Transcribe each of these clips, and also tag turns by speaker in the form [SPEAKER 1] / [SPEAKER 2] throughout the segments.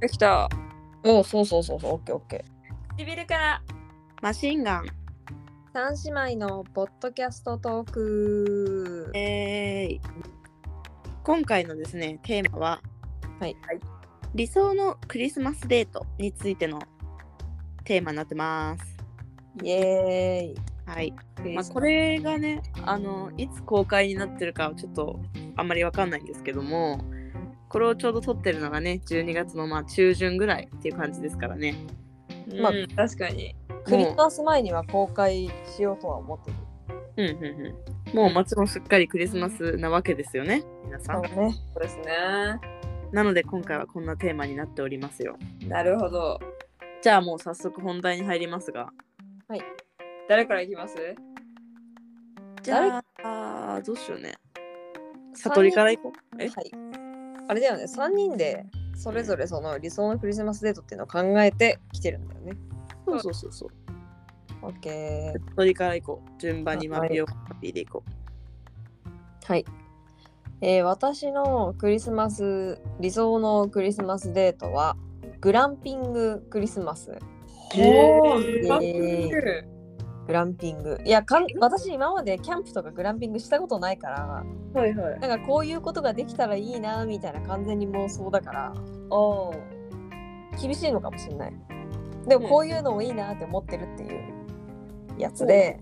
[SPEAKER 1] できた。
[SPEAKER 2] おそうそうそうそう、オッケーオッケ
[SPEAKER 3] 唇から
[SPEAKER 1] マシンガン。
[SPEAKER 3] 三姉妹のポッドキャストトーク。
[SPEAKER 1] えー、今回のですねテーマは、
[SPEAKER 2] はい
[SPEAKER 1] 理想のクリスマスデートについてのテーマになってます。
[SPEAKER 2] ー。イエ
[SPEAKER 1] はい
[SPEAKER 2] ーイ。
[SPEAKER 1] まあ、これがねあのいつ公開になってるかはちょっとあんまりわかんないんですけどもこれをちょうど撮ってるのがね12月のまあ中旬ぐらいっていう感じですからね。
[SPEAKER 2] まあ
[SPEAKER 3] うん確かに。
[SPEAKER 2] クリスマス前には公開しようとは思ってる。
[SPEAKER 1] うんうんうん、もうもちろんすっかりクリスマスなわけですよね皆さ。
[SPEAKER 2] そうんね。
[SPEAKER 3] そうですね。
[SPEAKER 1] なので今回はこんなテーマになっておりますよ。
[SPEAKER 3] なるほど。
[SPEAKER 1] じゃあもう早速本題に入りますが。
[SPEAKER 3] 誰からいきます
[SPEAKER 1] じゃあどうしようね。悟りから
[SPEAKER 2] い
[SPEAKER 1] 行こ
[SPEAKER 2] は
[SPEAKER 1] う。え
[SPEAKER 2] い。あれだよね、3人でそれぞれその理想のクリスマスデートっていうのを考えてきてるんだよね。
[SPEAKER 1] そうそうそうそう。
[SPEAKER 2] オッケー。
[SPEAKER 1] 悟りから行こう。順番にマピオマピーで行こ
[SPEAKER 2] はい。えー私のクリスマス、理想のクリスマスデートは、グランピングクリスマス。
[SPEAKER 1] う。へ
[SPEAKER 3] お
[SPEAKER 1] ー
[SPEAKER 3] ー、バックル。
[SPEAKER 2] グランピング。いや、かん私今までキャンプとかグランピングしたことないから、
[SPEAKER 3] はいはい。
[SPEAKER 2] なんかこういうことができたらいいな、みたいな完全に妄想だから、
[SPEAKER 3] おー。
[SPEAKER 2] 厳しいのかもしれない。でもこういうのもいいなって思ってるっていうやつで、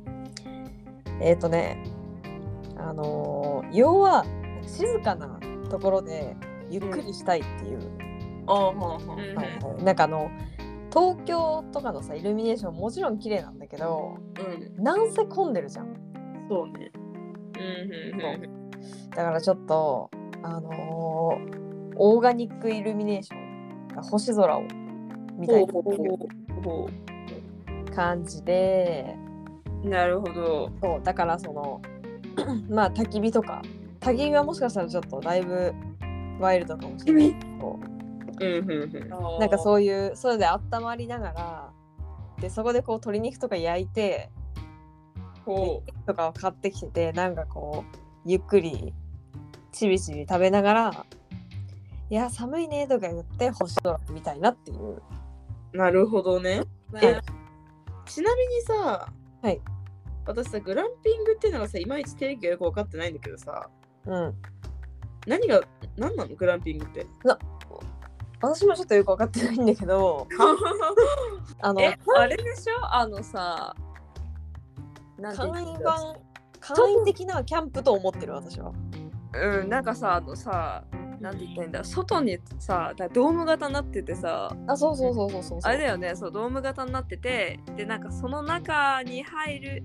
[SPEAKER 2] えっ、とね、あのー要は静かなところでゆっくりしたいっていう、
[SPEAKER 1] あーはーはー
[SPEAKER 3] うん
[SPEAKER 2] はいはいなんかあの東京とかのさイルミネーションもちろん綺麗なんだけど
[SPEAKER 1] うん。
[SPEAKER 2] なんせ混んでるじゃん。
[SPEAKER 1] そうね。
[SPEAKER 3] うんうんうん。
[SPEAKER 2] だからちょっとあのーオーガニックイルミネーション星空を見たいっていう
[SPEAKER 1] ほ
[SPEAKER 2] 感じで
[SPEAKER 3] なるほど。
[SPEAKER 2] そうだからその まあ焚き火とか焚き火はもしかしたらちょっとだいぶワイルドかもしれないけど
[SPEAKER 1] う。うんうんうん。
[SPEAKER 2] なんか
[SPEAKER 3] う。
[SPEAKER 2] そういうそれで温まりながらでそこでこう鶏肉とか焼いて
[SPEAKER 3] ほ
[SPEAKER 2] とかを買ってきててなんかこうゆっくりちびちび食べながら「いや寒いね」とか言って星空みたいなっていう
[SPEAKER 1] なるほどね。
[SPEAKER 3] う。
[SPEAKER 2] え
[SPEAKER 1] ちなみにさ、
[SPEAKER 2] はい。
[SPEAKER 1] 私さ、グランピングっていうのがさ、いまいち定義がよく分かってないんだけどさ、
[SPEAKER 2] うん
[SPEAKER 1] 何が、何なのグランピングって。
[SPEAKER 2] 私もちょっとよく分かってないんだけどあの
[SPEAKER 3] え、あれでしょあのさ、なんて
[SPEAKER 2] 簡
[SPEAKER 3] 言
[SPEAKER 2] 易
[SPEAKER 3] うんだろ
[SPEAKER 2] 版簡易的なキャンプと思ってる私は。
[SPEAKER 3] ううん、なんかさ、あのさ、なんて言ったらいいんだ、外にさ、だドーム型になっててさ、
[SPEAKER 2] あそうそうそうそうそうそう
[SPEAKER 3] あれだよね、そう、ドーム型になってて、で、なんかその中に入る、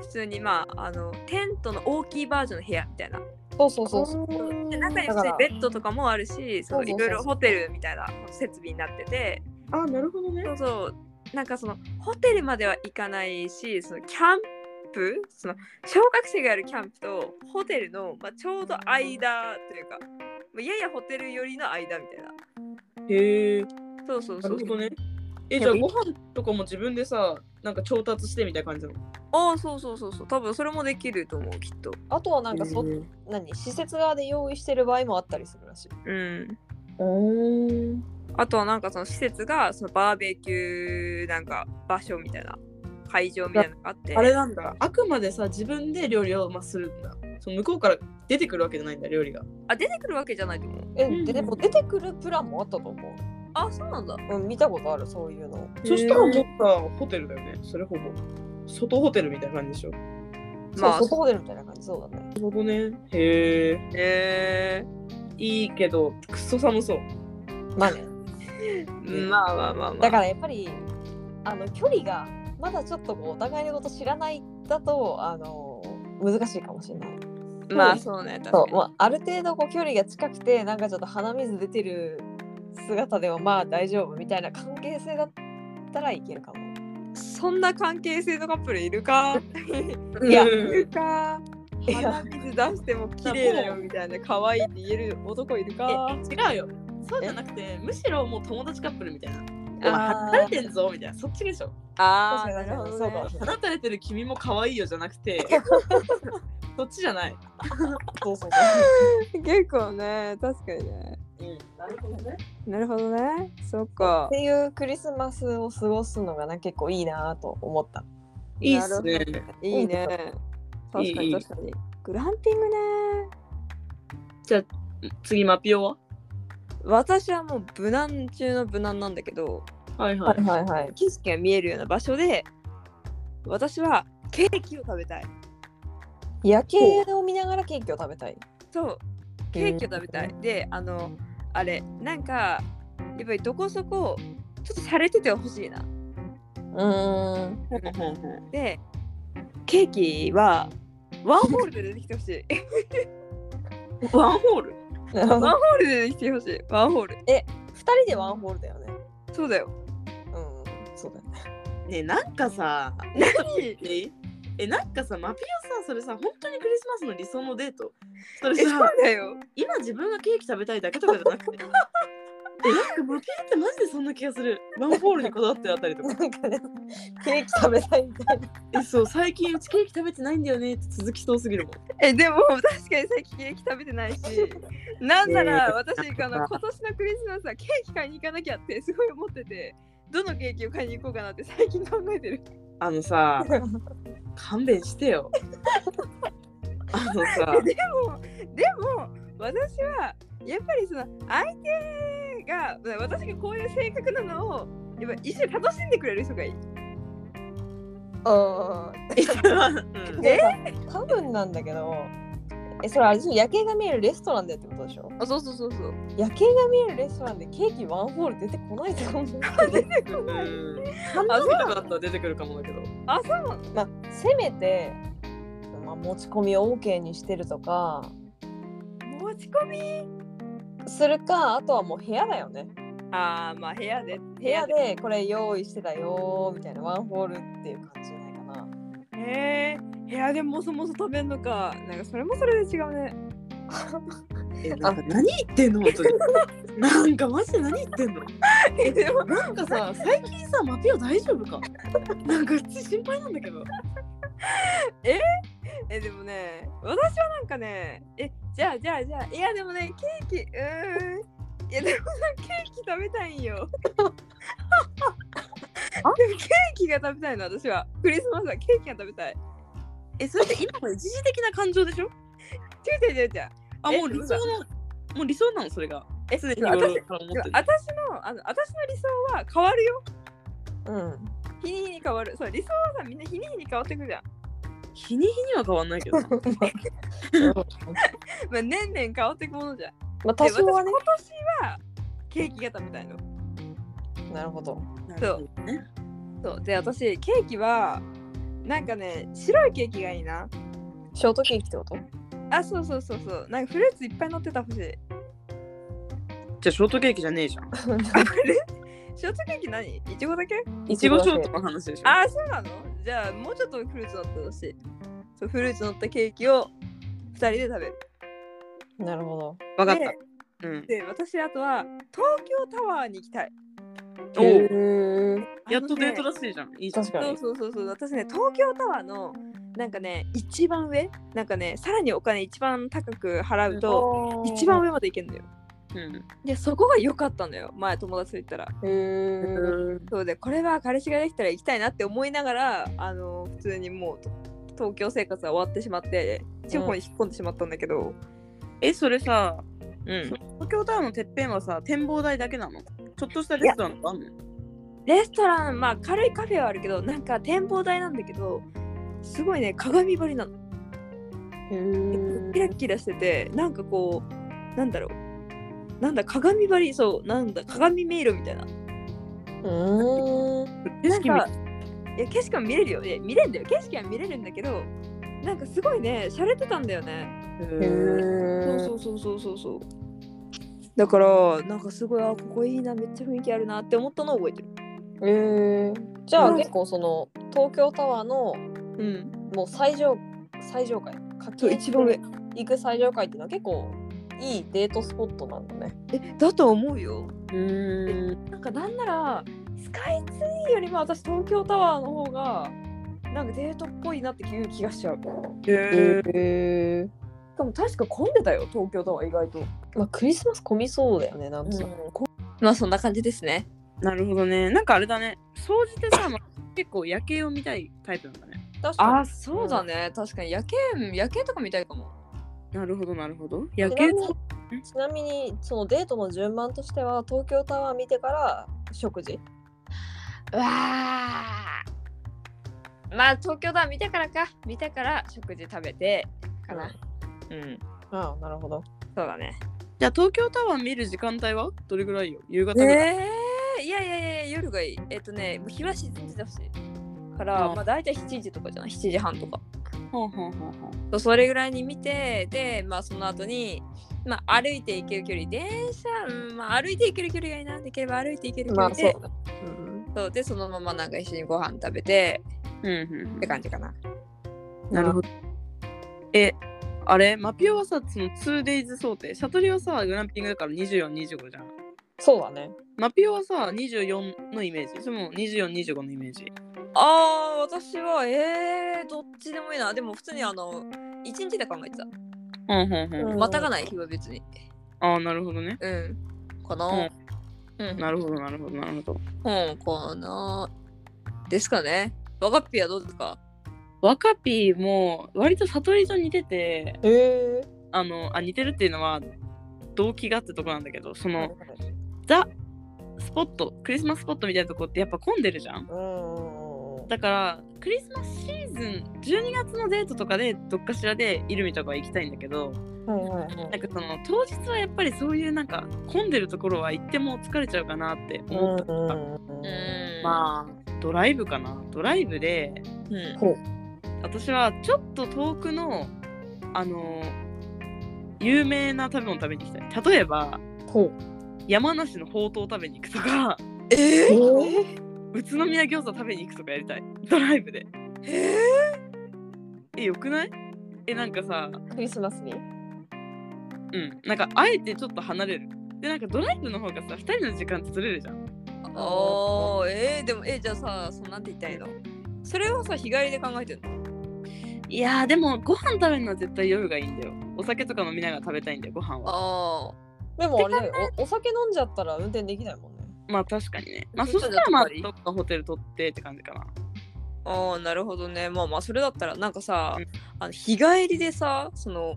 [SPEAKER 3] 普通にまあ、あの、テントの大きいバージョンの部屋みたいな。
[SPEAKER 2] そうそうそうそう
[SPEAKER 3] で中に
[SPEAKER 2] だか
[SPEAKER 3] 普通に
[SPEAKER 2] ら
[SPEAKER 3] ベッドとかもあるしそ
[SPEAKER 2] そ
[SPEAKER 3] うい
[SPEAKER 2] そうそ
[SPEAKER 3] う
[SPEAKER 2] う
[SPEAKER 3] ろいろホテルみたいな設備になってて
[SPEAKER 1] あ、なるほどね
[SPEAKER 3] そうそうなんかそのホテルまでは行かないしそのキャンプその小学生がやるキャンプとホテルの、まあ、ちょうど間というか、まあ、ややホテル寄りの間みたいな
[SPEAKER 1] へえ。
[SPEAKER 3] そうそう
[SPEAKER 1] な
[SPEAKER 3] そ
[SPEAKER 1] る
[SPEAKER 3] う
[SPEAKER 1] ほどね。え、じゃあご飯とかも自分でさ、なんか調達してみたいな感じなの
[SPEAKER 3] ああそうそうそうそう多分それもできると思うきっと
[SPEAKER 2] あとはなんかそ、
[SPEAKER 1] うん。
[SPEAKER 2] 何施設側で用意してる場合もあったりするらしい。
[SPEAKER 3] うん
[SPEAKER 1] うん
[SPEAKER 3] あとはなんかその施設がそのバーベキューなんか場所みたいな会場みたいなのがあって
[SPEAKER 1] あれなんだ。あくまでさ、自分で料理をまあするんだ。その向こうから出てくるわけじゃないんだ、料理が。
[SPEAKER 3] あ出てくるわけじゃないと思う
[SPEAKER 2] え、
[SPEAKER 1] うん
[SPEAKER 2] ででも出てくるプランもあったと思
[SPEAKER 3] あそうなんだ
[SPEAKER 2] う。うん、見たことあるそういうの。
[SPEAKER 1] そしたらもうさ、ホテルだよね。それほぼ。外ホテルみたいな感じでしょ。
[SPEAKER 2] ま
[SPEAKER 3] まあ
[SPEAKER 2] あ、そう外出るみたいな感じそうだね。
[SPEAKER 1] なるほどね。へえ。
[SPEAKER 3] え
[SPEAKER 1] いいけど、くっそ寒そう。
[SPEAKER 2] まあね。
[SPEAKER 3] ー、まあまあまあまあ
[SPEAKER 2] だからやっぱりあの距離がまだちょっとこうお互いのこと知らないだとあの難しいかもしれない。
[SPEAKER 3] らまあそうね確
[SPEAKER 2] そ
[SPEAKER 3] か
[SPEAKER 2] う、
[SPEAKER 3] に
[SPEAKER 2] まあ、ある程度こう距離が近くてなんかちょっと鼻水出てる姿ではまあ大丈夫みたいな関係性だったらいけるかも。
[SPEAKER 3] そんな関係性のカップルいるか
[SPEAKER 2] いや
[SPEAKER 3] いるか
[SPEAKER 2] いや
[SPEAKER 3] 鼻水出しても綺麗だよみたいな可愛いって言える男いるか
[SPEAKER 1] 違うよ。そうじゃなくて、むしろもう友達カップルみたいな。お前
[SPEAKER 2] あー
[SPEAKER 1] 離れてんぞみたいな。そっちでしょ。
[SPEAKER 3] あ
[SPEAKER 2] 確
[SPEAKER 3] ー
[SPEAKER 2] かに
[SPEAKER 3] なるほど、ね、
[SPEAKER 2] そうかもしれない
[SPEAKER 1] 離れてる君も可愛いよじゃなくて、そっちじゃない。
[SPEAKER 2] そうそう
[SPEAKER 3] 結構ね確かにねなるほどね。そっか
[SPEAKER 2] っ。ていうクリスマスを過ごすのがな結構いいなと思った。
[SPEAKER 1] いいっすね。
[SPEAKER 3] いいね。確か
[SPEAKER 1] いいいい
[SPEAKER 3] に確かに。グランピングね。
[SPEAKER 1] じゃあ次マピオは
[SPEAKER 3] 私はもう無難中の無難なんだけど、
[SPEAKER 1] はいは。
[SPEAKER 2] はいいはいはい。
[SPEAKER 3] 景色が見えるような場所で、私はケーキを食べたい。
[SPEAKER 2] 夜景を見ながらケーキを食べたい。
[SPEAKER 3] そう、ケーキを食べたい。で、あの、あれ、なんか、やっぱりどこそこ、ちょっと洒落ててほしいな。
[SPEAKER 2] うーん。
[SPEAKER 3] で、ケーキは、ワンホールで出てきてほしい。
[SPEAKER 1] ワンホール
[SPEAKER 2] なるほ
[SPEAKER 3] ワン
[SPEAKER 2] ど
[SPEAKER 3] ホールで出てきてほしい。ワンホール。
[SPEAKER 2] 二人でワンホールだよね。
[SPEAKER 3] そうだよ。
[SPEAKER 2] うん。そうだよね。
[SPEAKER 1] ねえなんかさ、
[SPEAKER 3] 何
[SPEAKER 1] ええなんかさマピオさそれさ本当にクリスマスの理想のデートそれ
[SPEAKER 3] え、そう
[SPEAKER 1] さ
[SPEAKER 3] だよ。
[SPEAKER 1] 今自分がケーキ食べたいだけとかじゃなくてえなんかマピオってマジでそんな気がするワンホールにこだわってあったりとか
[SPEAKER 2] なんかね、ケーキ食べたいみたいな。
[SPEAKER 1] えそう最近うちケーキ食べてないんだよねって続きそうすぎるもん
[SPEAKER 3] え、でも、確かに最近ケーキ食べてないし、なんなら私、あの今年のクリスマスはケーキ買いに行かなきゃってすごい思ってて、どのケーキを買いに行こうかなって最近考えてる。
[SPEAKER 1] あのさ勘弁してよ あのさ
[SPEAKER 3] でもでも私はやっぱりその相手が私がこういう性格なのをやっぱ一緒に楽しんでくれる人がいい。
[SPEAKER 2] あ
[SPEAKER 1] うん
[SPEAKER 3] え
[SPEAKER 2] ー多分なんだけど、え、それあれでしょ夜景が見えるレストランでってことでしょ
[SPEAKER 3] あそうそうそうそう。
[SPEAKER 2] 夜景が見えるレストランでケーキワンホール出てこないと思うけど
[SPEAKER 1] うん
[SPEAKER 2] 半
[SPEAKER 1] あ
[SPEAKER 2] 分
[SPEAKER 1] そうだったら出てくるかもだけど
[SPEAKER 3] あそうなの。
[SPEAKER 2] まあせめて、まあ、持ち込みを OK にしてるとか
[SPEAKER 3] 持ち込み。
[SPEAKER 2] するかあとはもう部屋だよね
[SPEAKER 3] ああまあ部屋で部
[SPEAKER 2] 部屋。でこれ用意してたよーみたいなワンホールっていう感じじゃないかな
[SPEAKER 3] へえ部屋でもそもそ食べんのか。なんかそれもそれで違うね。
[SPEAKER 1] えなんか何言ってんの 本当になんかマジで何言ってんの
[SPEAKER 3] えでも
[SPEAKER 1] なんかさ最近さマピオ大丈夫かなんかうち心配なんだけど
[SPEAKER 3] えでもね私はなんかねえじゃあじゃあじゃあいやでもねケーキうーんいやでもさケーキ食べたい んよでもケーキが食べたいの私はクリスマスはケーキが食べたい
[SPEAKER 1] えそれって今の一時的な感情でしょ
[SPEAKER 3] 違う違う違う違う
[SPEAKER 1] あ
[SPEAKER 3] え
[SPEAKER 1] もう理想のもう理想なのそれが
[SPEAKER 3] え
[SPEAKER 1] 常に
[SPEAKER 3] でも
[SPEAKER 1] 日
[SPEAKER 3] 私
[SPEAKER 1] 頃から思ってる
[SPEAKER 3] 私のあの私の理想は変わるよ
[SPEAKER 2] うん
[SPEAKER 3] 日に日に変わるそう理想はさみんな日に日に変わってくじゃん、
[SPEAKER 1] 日に日には変わんないけどな
[SPEAKER 3] まあ、年々変わってくものじゃん
[SPEAKER 2] まあ多
[SPEAKER 3] で
[SPEAKER 2] 少はね
[SPEAKER 3] 私今年はケーキが食べたいの
[SPEAKER 2] なるほど
[SPEAKER 1] そうね
[SPEAKER 3] そうで私ケーキはなんかね白いケーキがいいな
[SPEAKER 2] ショートケーキってこと
[SPEAKER 3] あそうそうそうそうなんかフルーツいっぱい乗ってたほしい
[SPEAKER 1] じゃあショートケーキじゃねえじゃん
[SPEAKER 3] あれショートケーキ何いちごだけ
[SPEAKER 1] いちごショートの話でしょ
[SPEAKER 3] あそうなのじゃあもうちょっとフルーツ乗ってほしいそうフルーツ乗ったケーキを2人で食べる
[SPEAKER 2] なるほど
[SPEAKER 1] わかったうん
[SPEAKER 3] でで私あとは東京タワーに行きたい
[SPEAKER 1] お
[SPEAKER 2] へ
[SPEAKER 1] う
[SPEAKER 2] ー
[SPEAKER 1] やっとデート
[SPEAKER 3] だ
[SPEAKER 1] らしいじゃんいいじゃん
[SPEAKER 2] 確か
[SPEAKER 3] そ
[SPEAKER 2] に
[SPEAKER 3] うそうそうそう私ね東京タワーのなんかね一番上なんかねさらにお金一番高く払うと一番上まで行けるのよ
[SPEAKER 1] うん
[SPEAKER 3] でそこが良かったのよ前友達と行ったら
[SPEAKER 2] へー
[SPEAKER 3] そうでこれは彼氏ができたら行きたいなって思いながらあの普通にもうと東京生活は終わってしまって地方に引っ込んでしまったんだけど、
[SPEAKER 1] えそれさ
[SPEAKER 3] うん
[SPEAKER 1] 東京タワーのてっぺんはさ展望台だけなのちょっとしたレストランとかあんの
[SPEAKER 3] レストランまあ軽いカフェはあるけどなんか展望台なんだけどすごいね鏡張りなの
[SPEAKER 2] へー
[SPEAKER 3] キラキラしててなんかこうなんだろうなんだ鏡張りそうなんだ鏡迷路みたいな
[SPEAKER 2] うーん
[SPEAKER 1] 景
[SPEAKER 3] な
[SPEAKER 1] 色
[SPEAKER 3] ん
[SPEAKER 1] 見
[SPEAKER 3] かいや景色は見れるよいや見れるんだよ景色は見れるんだけどなんかすごいね洒落てたんだよね
[SPEAKER 2] へ
[SPEAKER 1] へー
[SPEAKER 2] ー
[SPEAKER 3] そうそうそうそうそうそう。だからなんかすごいあここいいなめっちゃ雰囲気あるなって思ったのを覚えてる。
[SPEAKER 2] えー、じゃあ、
[SPEAKER 3] うん
[SPEAKER 2] 結構その東京タワーの
[SPEAKER 3] うん。
[SPEAKER 2] もう最上最上階か
[SPEAKER 3] そう一番上。
[SPEAKER 2] 行く最上階っていうのは結構いいデートスポットなんだね。
[SPEAKER 3] えだと思うよ。
[SPEAKER 1] うーん
[SPEAKER 3] なんかなんならスカイツリーよりも私東京タワーの方がなんかデートっぽいなっていう気がしちゃう。
[SPEAKER 1] へー
[SPEAKER 2] え
[SPEAKER 3] しかかも確か混んでたよ東京とは意外と
[SPEAKER 2] まあ、クリスマス混みそうだよね、なんとなく。
[SPEAKER 3] まあそんな感じですね
[SPEAKER 1] なるほどね。なんかあれだね。総じてさ、まあ結構夜景を見たいタイプなんだね。
[SPEAKER 2] 確かに
[SPEAKER 3] あそうだね、確かに夜景夜景とか見たいかも
[SPEAKER 1] なるほど、なるほど。夜
[SPEAKER 2] ち
[SPEAKER 1] 景
[SPEAKER 2] なみにちなみにそのデートの順番としては東京タワー見てから食事
[SPEAKER 3] うわあまあ東京だ見てからか見てから食事食べてかなうん
[SPEAKER 2] ああなるほど
[SPEAKER 3] そうだね
[SPEAKER 1] じゃあ東京タワー見る時間帯はどれぐらいよ夕方ぐらい、
[SPEAKER 3] えー、いやいやいや夜がいいえっ、とねもう日は沈んでたしから、
[SPEAKER 1] うん
[SPEAKER 3] まあ大体7時とかじゃない7時半とか
[SPEAKER 1] ほうほうほうほ
[SPEAKER 3] そうそれぐらいに見てでまあその後にまあ歩いて行ける距離電車、うんまあ、歩いて行ける距離がいいなできれば歩いて行ける距
[SPEAKER 2] まあ
[SPEAKER 3] 離
[SPEAKER 2] そう
[SPEAKER 3] で,、
[SPEAKER 2] だ、うん、
[SPEAKER 3] そうでそのままなんか一緒にご飯食べて
[SPEAKER 1] う。うんうん、
[SPEAKER 3] って感じかな
[SPEAKER 1] なるほど。え、あれマピオはさ、その 2days 想定。シャトリはさ、グランピングだから24、25じゃん。
[SPEAKER 2] そうだね
[SPEAKER 1] マピオはさ、24のイメージ。それも24、25のイメージ。
[SPEAKER 3] あー私はえー、どっちでもいいなでも普通にあの一日で考えてた
[SPEAKER 1] ほうほうほう。
[SPEAKER 3] またがない日は別に
[SPEAKER 1] ああ、なるほどね。
[SPEAKER 3] うんかな
[SPEAKER 1] うん
[SPEAKER 3] うん
[SPEAKER 1] なるほど、なるほど、なるほど。
[SPEAKER 3] うん、かな。ですかね。わがっぴはどうですか
[SPEAKER 1] 若ピーも割と悟りと似てて、
[SPEAKER 2] ええ
[SPEAKER 1] あのあ似てるっていうのは動機がってとこなんだけどそのザスポットクリスマススポットみたいなとこってやっぱ混んでるじゃん
[SPEAKER 2] うん
[SPEAKER 1] だからクリスマスシーズン12月のデートとかでどっかしらでイルミとかは行きたいんだけど
[SPEAKER 2] はいはいは
[SPEAKER 1] なん
[SPEAKER 2] い
[SPEAKER 1] かその当日はやっぱりそういうなんか混んでるところは行っても疲れちゃうかなって
[SPEAKER 2] う
[SPEAKER 1] 思った、
[SPEAKER 2] んうんう
[SPEAKER 3] う。
[SPEAKER 2] ん
[SPEAKER 3] あ。
[SPEAKER 1] まあドライブかなドライブで
[SPEAKER 3] うん。
[SPEAKER 1] 私はちょっと遠くのあの有名な食べ物食べに行きたい例えば
[SPEAKER 2] ほう
[SPEAKER 1] 山梨のほうとう食べに行くとか
[SPEAKER 3] え
[SPEAKER 2] ー
[SPEAKER 1] 宇都宮餃子食べに行くとかやりたいドライブで
[SPEAKER 3] え
[SPEAKER 1] えよくないえなんかさ
[SPEAKER 2] クリスマスに
[SPEAKER 1] うんなんかあえてちょっと離れるでなんかドライブの方がさ2人の時間って取れるじゃん
[SPEAKER 3] ー、あー、えー、でも、えー、じゃあさ、そのなんて言ったらいいのそれはさ、日帰りで考えてるの
[SPEAKER 1] いやーでもご飯食べるのは絶対夜がいいんだよお酒とか飲みながら食べたいんだよご飯は
[SPEAKER 3] あ
[SPEAKER 2] でもあれだよおお酒飲んじゃったら運転できないもんね
[SPEAKER 1] まあ確かにねまあ
[SPEAKER 3] そ
[SPEAKER 1] そ
[SPEAKER 3] っ
[SPEAKER 1] した
[SPEAKER 3] ちだ
[SPEAKER 1] ら
[SPEAKER 3] と
[SPEAKER 1] まあ
[SPEAKER 3] やっぱり
[SPEAKER 1] どっかホテル取ってって感じかな
[SPEAKER 3] あ。ああ、なるほどね。まあまあ、それだったら、なんかさ
[SPEAKER 1] うん、
[SPEAKER 3] あの日帰りでさ、その、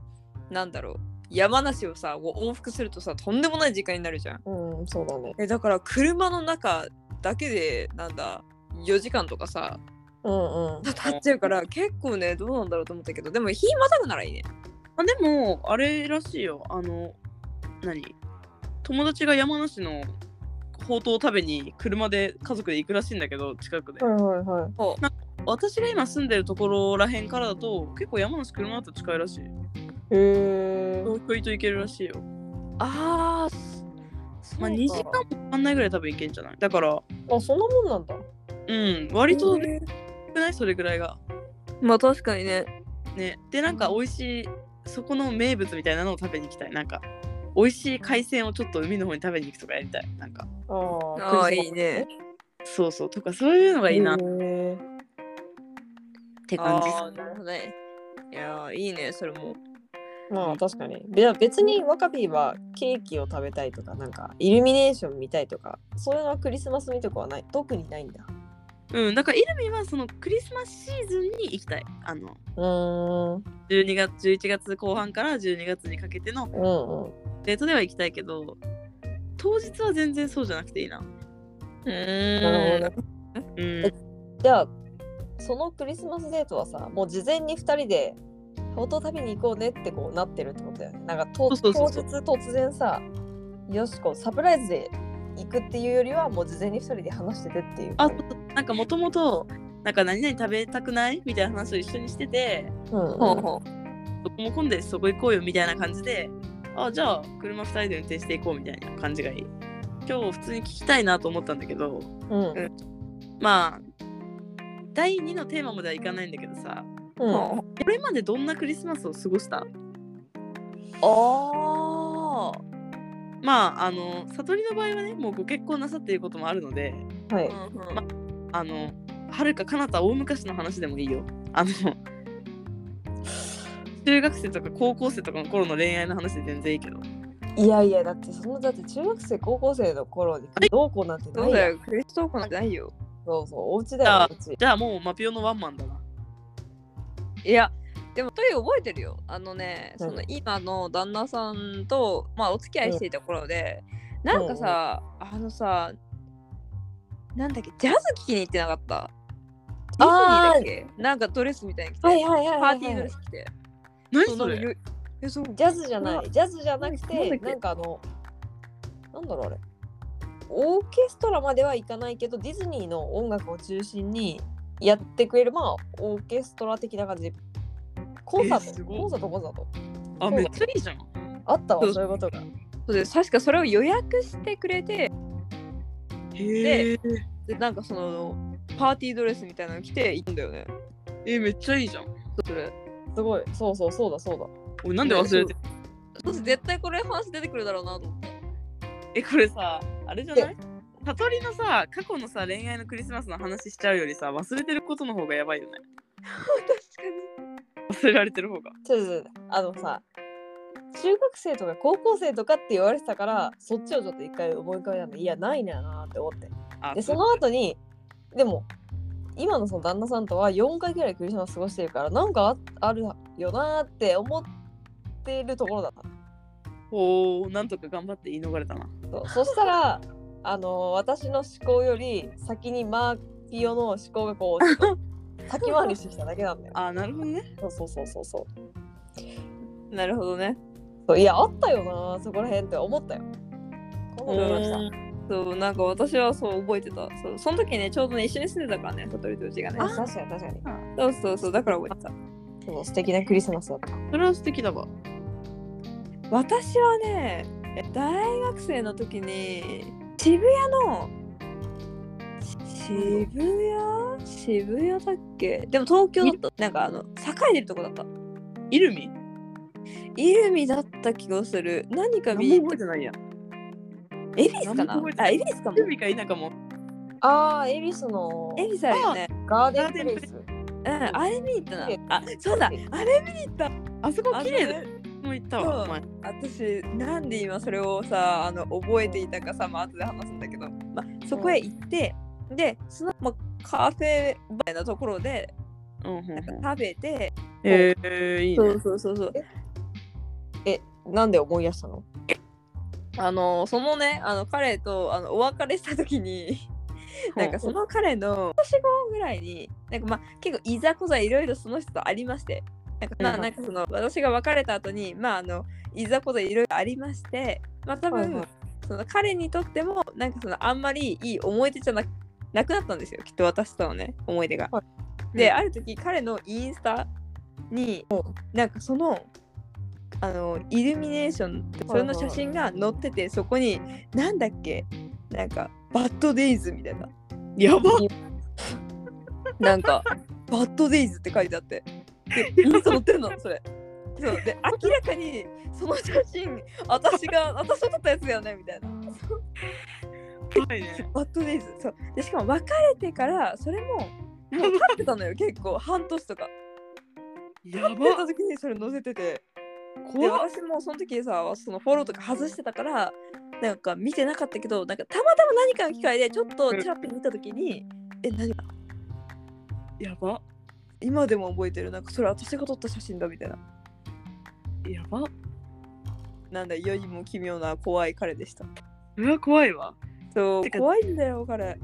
[SPEAKER 3] なんだろう、山梨をさ、往復するとさ、とんでもない時間になるじゃん。
[SPEAKER 2] うんそうだね
[SPEAKER 3] え、だから、車の中だけで、なんだ、4時間とかさ、
[SPEAKER 2] うんうん
[SPEAKER 3] 立っちゃうから結構ねどうなんだろうと思ったけどでも日またぐならいいね
[SPEAKER 1] あでもあれらしいよあの何友達が山梨のほうとうを食べに車で家族で行くらしいんだけど近くで、
[SPEAKER 2] はいはいはい
[SPEAKER 1] 私が今住んでるところらへんからだと結構山梨車だと近いらしい
[SPEAKER 2] へえ
[SPEAKER 1] 東京と行けるらしいよ
[SPEAKER 3] ああ
[SPEAKER 1] まあ2時間もかかんないぐらい多分行けんじゃないだから
[SPEAKER 2] あそんなもんなんだ
[SPEAKER 1] うん割と良くないそれぐらいが
[SPEAKER 3] まあ確かにね
[SPEAKER 1] ねでなんか美味しいそこの名物みたいなのを食べに行きたいなんか美味しい海鮮をちょっと海の方に食べに行くとかやりたいなんか
[SPEAKER 2] あ
[SPEAKER 3] ああいいね
[SPEAKER 1] そうそうとかそういうのがいいなっ
[SPEAKER 2] へ
[SPEAKER 1] て感じ
[SPEAKER 3] ああなるほどねいやーいいねそれも
[SPEAKER 2] ーまあ確かにいや別に若ピーはケーキを食べたいとかなんかイルミネーション見たいとかそういうのはクリスマス見とかはない特にないんだ
[SPEAKER 1] うんだからイルミはそのクリスマスシーズンに行きたいあの
[SPEAKER 2] うーん
[SPEAKER 1] 12月11月後半から12月にかけての
[SPEAKER 2] うんうん
[SPEAKER 1] デートでは行きたいけど当日は全然そうじゃなくていいな
[SPEAKER 3] う
[SPEAKER 2] な
[SPEAKER 3] ーん
[SPEAKER 2] るほどね
[SPEAKER 1] うん
[SPEAKER 2] じゃあそのクリスマスデートはさもう事前に2人で本当旅に行こうねってこうなってるってことだよねなんかと
[SPEAKER 1] そうそうそう
[SPEAKER 2] 当日突然さよしこうサプライズで行くっていうよりはもう事前に2人で話しててっていう
[SPEAKER 1] あそうそうなんかもともとなんか何々食べたくないみたいな話を一緒にしてて
[SPEAKER 2] うん
[SPEAKER 3] ほう
[SPEAKER 2] うん
[SPEAKER 3] ほ
[SPEAKER 1] そこも混んでるしそこ行こうよみたいな感じであじゃあ車2人で運転していこうみたいな感じがいい今日普通に聞きたいなと思ったんだけど
[SPEAKER 2] うん
[SPEAKER 1] まあ第2のテーマまではいかないんだけどさ
[SPEAKER 3] う
[SPEAKER 2] うん
[SPEAKER 3] ほ
[SPEAKER 1] これまでどんなクリスマスを過ごした
[SPEAKER 3] うあ
[SPEAKER 1] まああの悟りの場合はねもうご結婚なさっていることもあるので
[SPEAKER 2] はい
[SPEAKER 3] あうんうん
[SPEAKER 1] まあのはるか彼方大昔の話でもいいよあの中学生とか高校生とかの頃の恋愛の話で全然いいけど
[SPEAKER 2] いやいやだってそのだって中学生高校生の頃にどうこうなんてな
[SPEAKER 3] そう
[SPEAKER 2] い
[SPEAKER 3] だ
[SPEAKER 2] やん
[SPEAKER 3] よ、クレストークなんてないよ。
[SPEAKER 2] そうそうお家だよお家
[SPEAKER 1] じゃあもうマピオのワンマンだない
[SPEAKER 3] や、でも、という覚えてるよ。あのね、
[SPEAKER 2] うん
[SPEAKER 3] その今の旦那さんと、まあ、お付き合いしていた頃で、なんかさ、あのさ、なんだっけ、ジャズ聴きに行ってなかった。ディズニーだっけなんかドレスみたいに着て、
[SPEAKER 2] はいはいはい
[SPEAKER 3] パ
[SPEAKER 2] はい
[SPEAKER 3] ーティー
[SPEAKER 2] は
[SPEAKER 3] ド
[SPEAKER 2] い
[SPEAKER 3] レス着て。
[SPEAKER 1] 何
[SPEAKER 3] そう
[SPEAKER 1] そ
[SPEAKER 3] なんか
[SPEAKER 1] れ
[SPEAKER 3] よえそう
[SPEAKER 2] ジャズじゃな
[SPEAKER 3] うわ
[SPEAKER 2] いジャズじゃなく
[SPEAKER 3] なんだ
[SPEAKER 2] て
[SPEAKER 3] っけ
[SPEAKER 2] なんかあのなんだろうあれオーケストラまではいかないけどディズニーの音楽を中心にやってくれるまあオーケストラ的な感じコンサ
[SPEAKER 1] え
[SPEAKER 2] ー
[SPEAKER 1] す
[SPEAKER 2] ト
[SPEAKER 1] ごい
[SPEAKER 2] コンサートコンサート
[SPEAKER 1] あめっちゃいいじゃん
[SPEAKER 2] あった
[SPEAKER 3] そう
[SPEAKER 2] わそういうことが
[SPEAKER 3] そうです確かそれを予約してくれて
[SPEAKER 1] へえ
[SPEAKER 3] でなんかそのパーティードレスみたいなの着て行ったんだよね
[SPEAKER 1] えめっちゃいいじゃん
[SPEAKER 3] それ
[SPEAKER 2] すごいそうそうそうだそうだ
[SPEAKER 1] 俺なんで忘れてる
[SPEAKER 3] そう絶対これ話出てくるだろうなと思って
[SPEAKER 1] えこれさあれじゃないサトリのさ過去のさ恋愛のクリスマスの話しちゃうよりさ忘れてることの方がやばいよ ね忘れられてる方が
[SPEAKER 2] ちょっとちょっとあのさ中学生とか高校生とかって言われてたからそっちをちょっと一回思い浮かべたんでいやないななって思って
[SPEAKER 1] あ
[SPEAKER 2] で
[SPEAKER 1] そ
[SPEAKER 2] そうの後にでも今のその旦那さんとは4回ぐらいクリスマス過ごしてるからなんかああるよなーって思ってるところだった
[SPEAKER 1] ほうなんとか頑張って言い逃れたな
[SPEAKER 2] そうそした らあのー私の思考より先にマーピオの思考がこうちょっと 先回りしてきただけなんだよ
[SPEAKER 1] あなるほどね
[SPEAKER 2] そうそうそうそうそう
[SPEAKER 3] なるほどね
[SPEAKER 2] そういやあったよなーそこら辺って思ったよこんなのありまし
[SPEAKER 3] そうなんか私はそう覚えてたそうその時ねちょうどね一緒に住んでたからね悟りとうちがね
[SPEAKER 2] たあ確かに確かに
[SPEAKER 3] そうそうそうだから覚えてた
[SPEAKER 2] そう素敵なクリスマスだった
[SPEAKER 1] それは素敵だわ
[SPEAKER 3] 私はねえ大学生の時に渋谷のし渋谷渋谷だっけでも東京だったなんかあの栄えてるとこだった
[SPEAKER 1] イルミ
[SPEAKER 3] イルミだった気がする何か見
[SPEAKER 1] 何
[SPEAKER 3] に
[SPEAKER 1] も覚
[SPEAKER 3] 行
[SPEAKER 1] え
[SPEAKER 3] っ
[SPEAKER 1] てないや
[SPEAKER 3] たエリスか
[SPEAKER 1] 何
[SPEAKER 3] な
[SPEAKER 1] も覚えてな
[SPEAKER 3] あ
[SPEAKER 1] い
[SPEAKER 3] エリスかも
[SPEAKER 1] イルミか否かも
[SPEAKER 2] ああ恵比寿の
[SPEAKER 3] エリスあるよね
[SPEAKER 2] ガーデンプレイス
[SPEAKER 3] うんあれ見に行ったな
[SPEAKER 2] 綺麗
[SPEAKER 3] あそうだあれ見
[SPEAKER 1] あそこ綺麗だよ
[SPEAKER 3] あのね
[SPEAKER 1] もう行ったわ
[SPEAKER 3] そう
[SPEAKER 1] 前
[SPEAKER 3] 私なんで今それをさあの覚えていたかさまあ後で話すんだけど、まあ、そこへ行って、でその、まあ、カフェみたいなところで
[SPEAKER 1] うんうんうん
[SPEAKER 3] 食べて、
[SPEAKER 1] えー、いい
[SPEAKER 3] そ
[SPEAKER 1] ね
[SPEAKER 3] うそうそうそう
[SPEAKER 2] えなんで思い出したの
[SPEAKER 3] あのそのねあの彼とあのお別れした時になんかその彼の年後ぐらいになんかまあ結構いざこざいろいろその人とありましてなんか,、まあ、
[SPEAKER 1] うん
[SPEAKER 3] なんかその私が別れた後にまああのいざこざいろいろありましてまあ多分、
[SPEAKER 2] はいはい
[SPEAKER 3] その彼にとってもなんかそのあんまりいい思い出じゃなくなくなったんですよきっと私とのね思い出が。
[SPEAKER 2] は
[SPEAKER 3] で、
[SPEAKER 1] うん
[SPEAKER 3] ある時彼のインスタになんかそのあのイルミネーションそれの写真が載っててそこになんだっけなんかバッドデイズみたいな
[SPEAKER 1] やば
[SPEAKER 3] なんかバッドデイズって書いてあってでインスタ載ってるのそれ。そうで明らかにその写真私が私が撮ったやつだよねみたいな。
[SPEAKER 1] いね
[SPEAKER 3] バッドデイズそうでしかも別れてからそれももう経ってたのよ結構半年とか
[SPEAKER 1] や
[SPEAKER 3] 経っ
[SPEAKER 1] ば
[SPEAKER 3] た時にそれ載せててで
[SPEAKER 1] 怖っ
[SPEAKER 3] 私もその時さそのフォローとか外してたからなんか見てなかったけどなんかたまたま何かの機会でちょっとチラッと見た時に、え何
[SPEAKER 1] やば
[SPEAKER 3] 今でも覚えてるなんかそれ私が撮った写真だみたいな
[SPEAKER 1] やば
[SPEAKER 3] なんだ世にも奇妙な怖い彼でした
[SPEAKER 1] それは怖いわ
[SPEAKER 3] そ
[SPEAKER 1] て
[SPEAKER 3] う
[SPEAKER 1] か
[SPEAKER 3] 怖いんだよ彼
[SPEAKER 1] だか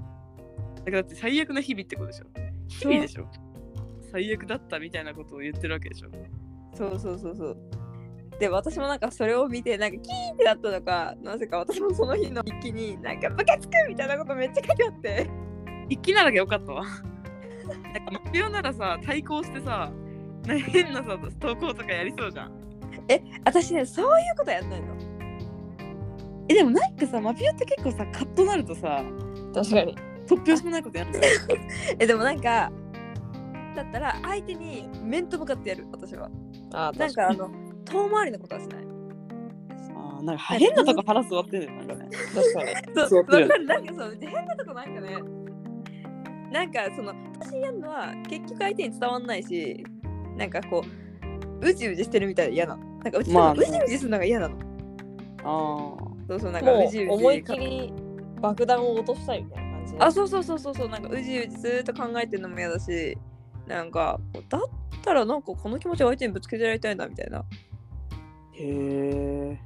[SPEAKER 1] らだって最悪な日々ってことでしょ日々でしょ最悪だったみたいなことを言ってるわけでしょ
[SPEAKER 3] そうそうそうそう。で私もなんかそれを見てなんかキーってなったのかなぜか私もその日の一気になんかバカつくみたいなことめっちゃ書いてあって
[SPEAKER 1] 一気ならよかったわ なんかマピオならさ対抗してさなんか変なさ投稿とかやりそうじゃん
[SPEAKER 3] 私ねそういうことやんないの
[SPEAKER 1] えでもなんかさマピオって結構さカッとなるとさ
[SPEAKER 2] 確かに
[SPEAKER 1] 突拍子もないことやる
[SPEAKER 3] えでもなんかだったら相手に面と向かってやる私は
[SPEAKER 2] あー
[SPEAKER 3] なん
[SPEAKER 2] 確
[SPEAKER 3] か
[SPEAKER 2] か
[SPEAKER 3] あ
[SPEAKER 2] に
[SPEAKER 3] の遠回りのことはしない
[SPEAKER 1] あーなんか変なとこ腹座ってるよねなんかね
[SPEAKER 2] 確かに
[SPEAKER 3] そう
[SPEAKER 1] 座
[SPEAKER 3] わ
[SPEAKER 1] っ
[SPEAKER 3] か
[SPEAKER 1] てる
[SPEAKER 3] るなんかそう変なとこなんかねなんかその私やるのは結局相手に伝わんないしなんかこううじうじしてるみたいで嫌なのなんかうち、
[SPEAKER 1] まあ
[SPEAKER 3] 多分うじうじするのが嫌なの
[SPEAKER 1] ああ。
[SPEAKER 3] そうそうなんか
[SPEAKER 2] も
[SPEAKER 3] う
[SPEAKER 2] う
[SPEAKER 3] じうじ
[SPEAKER 2] 思いっきり爆弾を落としたいみたいな感じ
[SPEAKER 3] あそうそうそうそうそうなんかうじうじずーっと考えてるのも嫌だしなんかだったらなんかこの気持ちを相手にぶつけてやりたいなみたいな
[SPEAKER 1] へえ。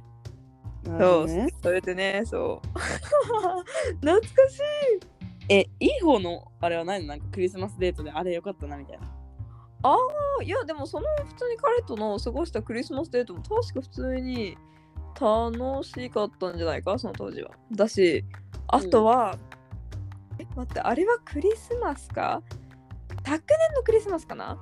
[SPEAKER 1] なるほ
[SPEAKER 3] そ
[SPEAKER 1] ど
[SPEAKER 3] う、
[SPEAKER 1] ね。
[SPEAKER 3] それでねそう 懐かしい
[SPEAKER 1] え、いい方のあれはないのなんかクリスマスデートであれよかったなみたいな。
[SPEAKER 3] いやでもその普通に彼との過ごしたクリスマスデートも確か普通に楽しかったんじゃないかその当時は。だしあとは、え待ってあれはクリスマスか昨年のクリスマスかな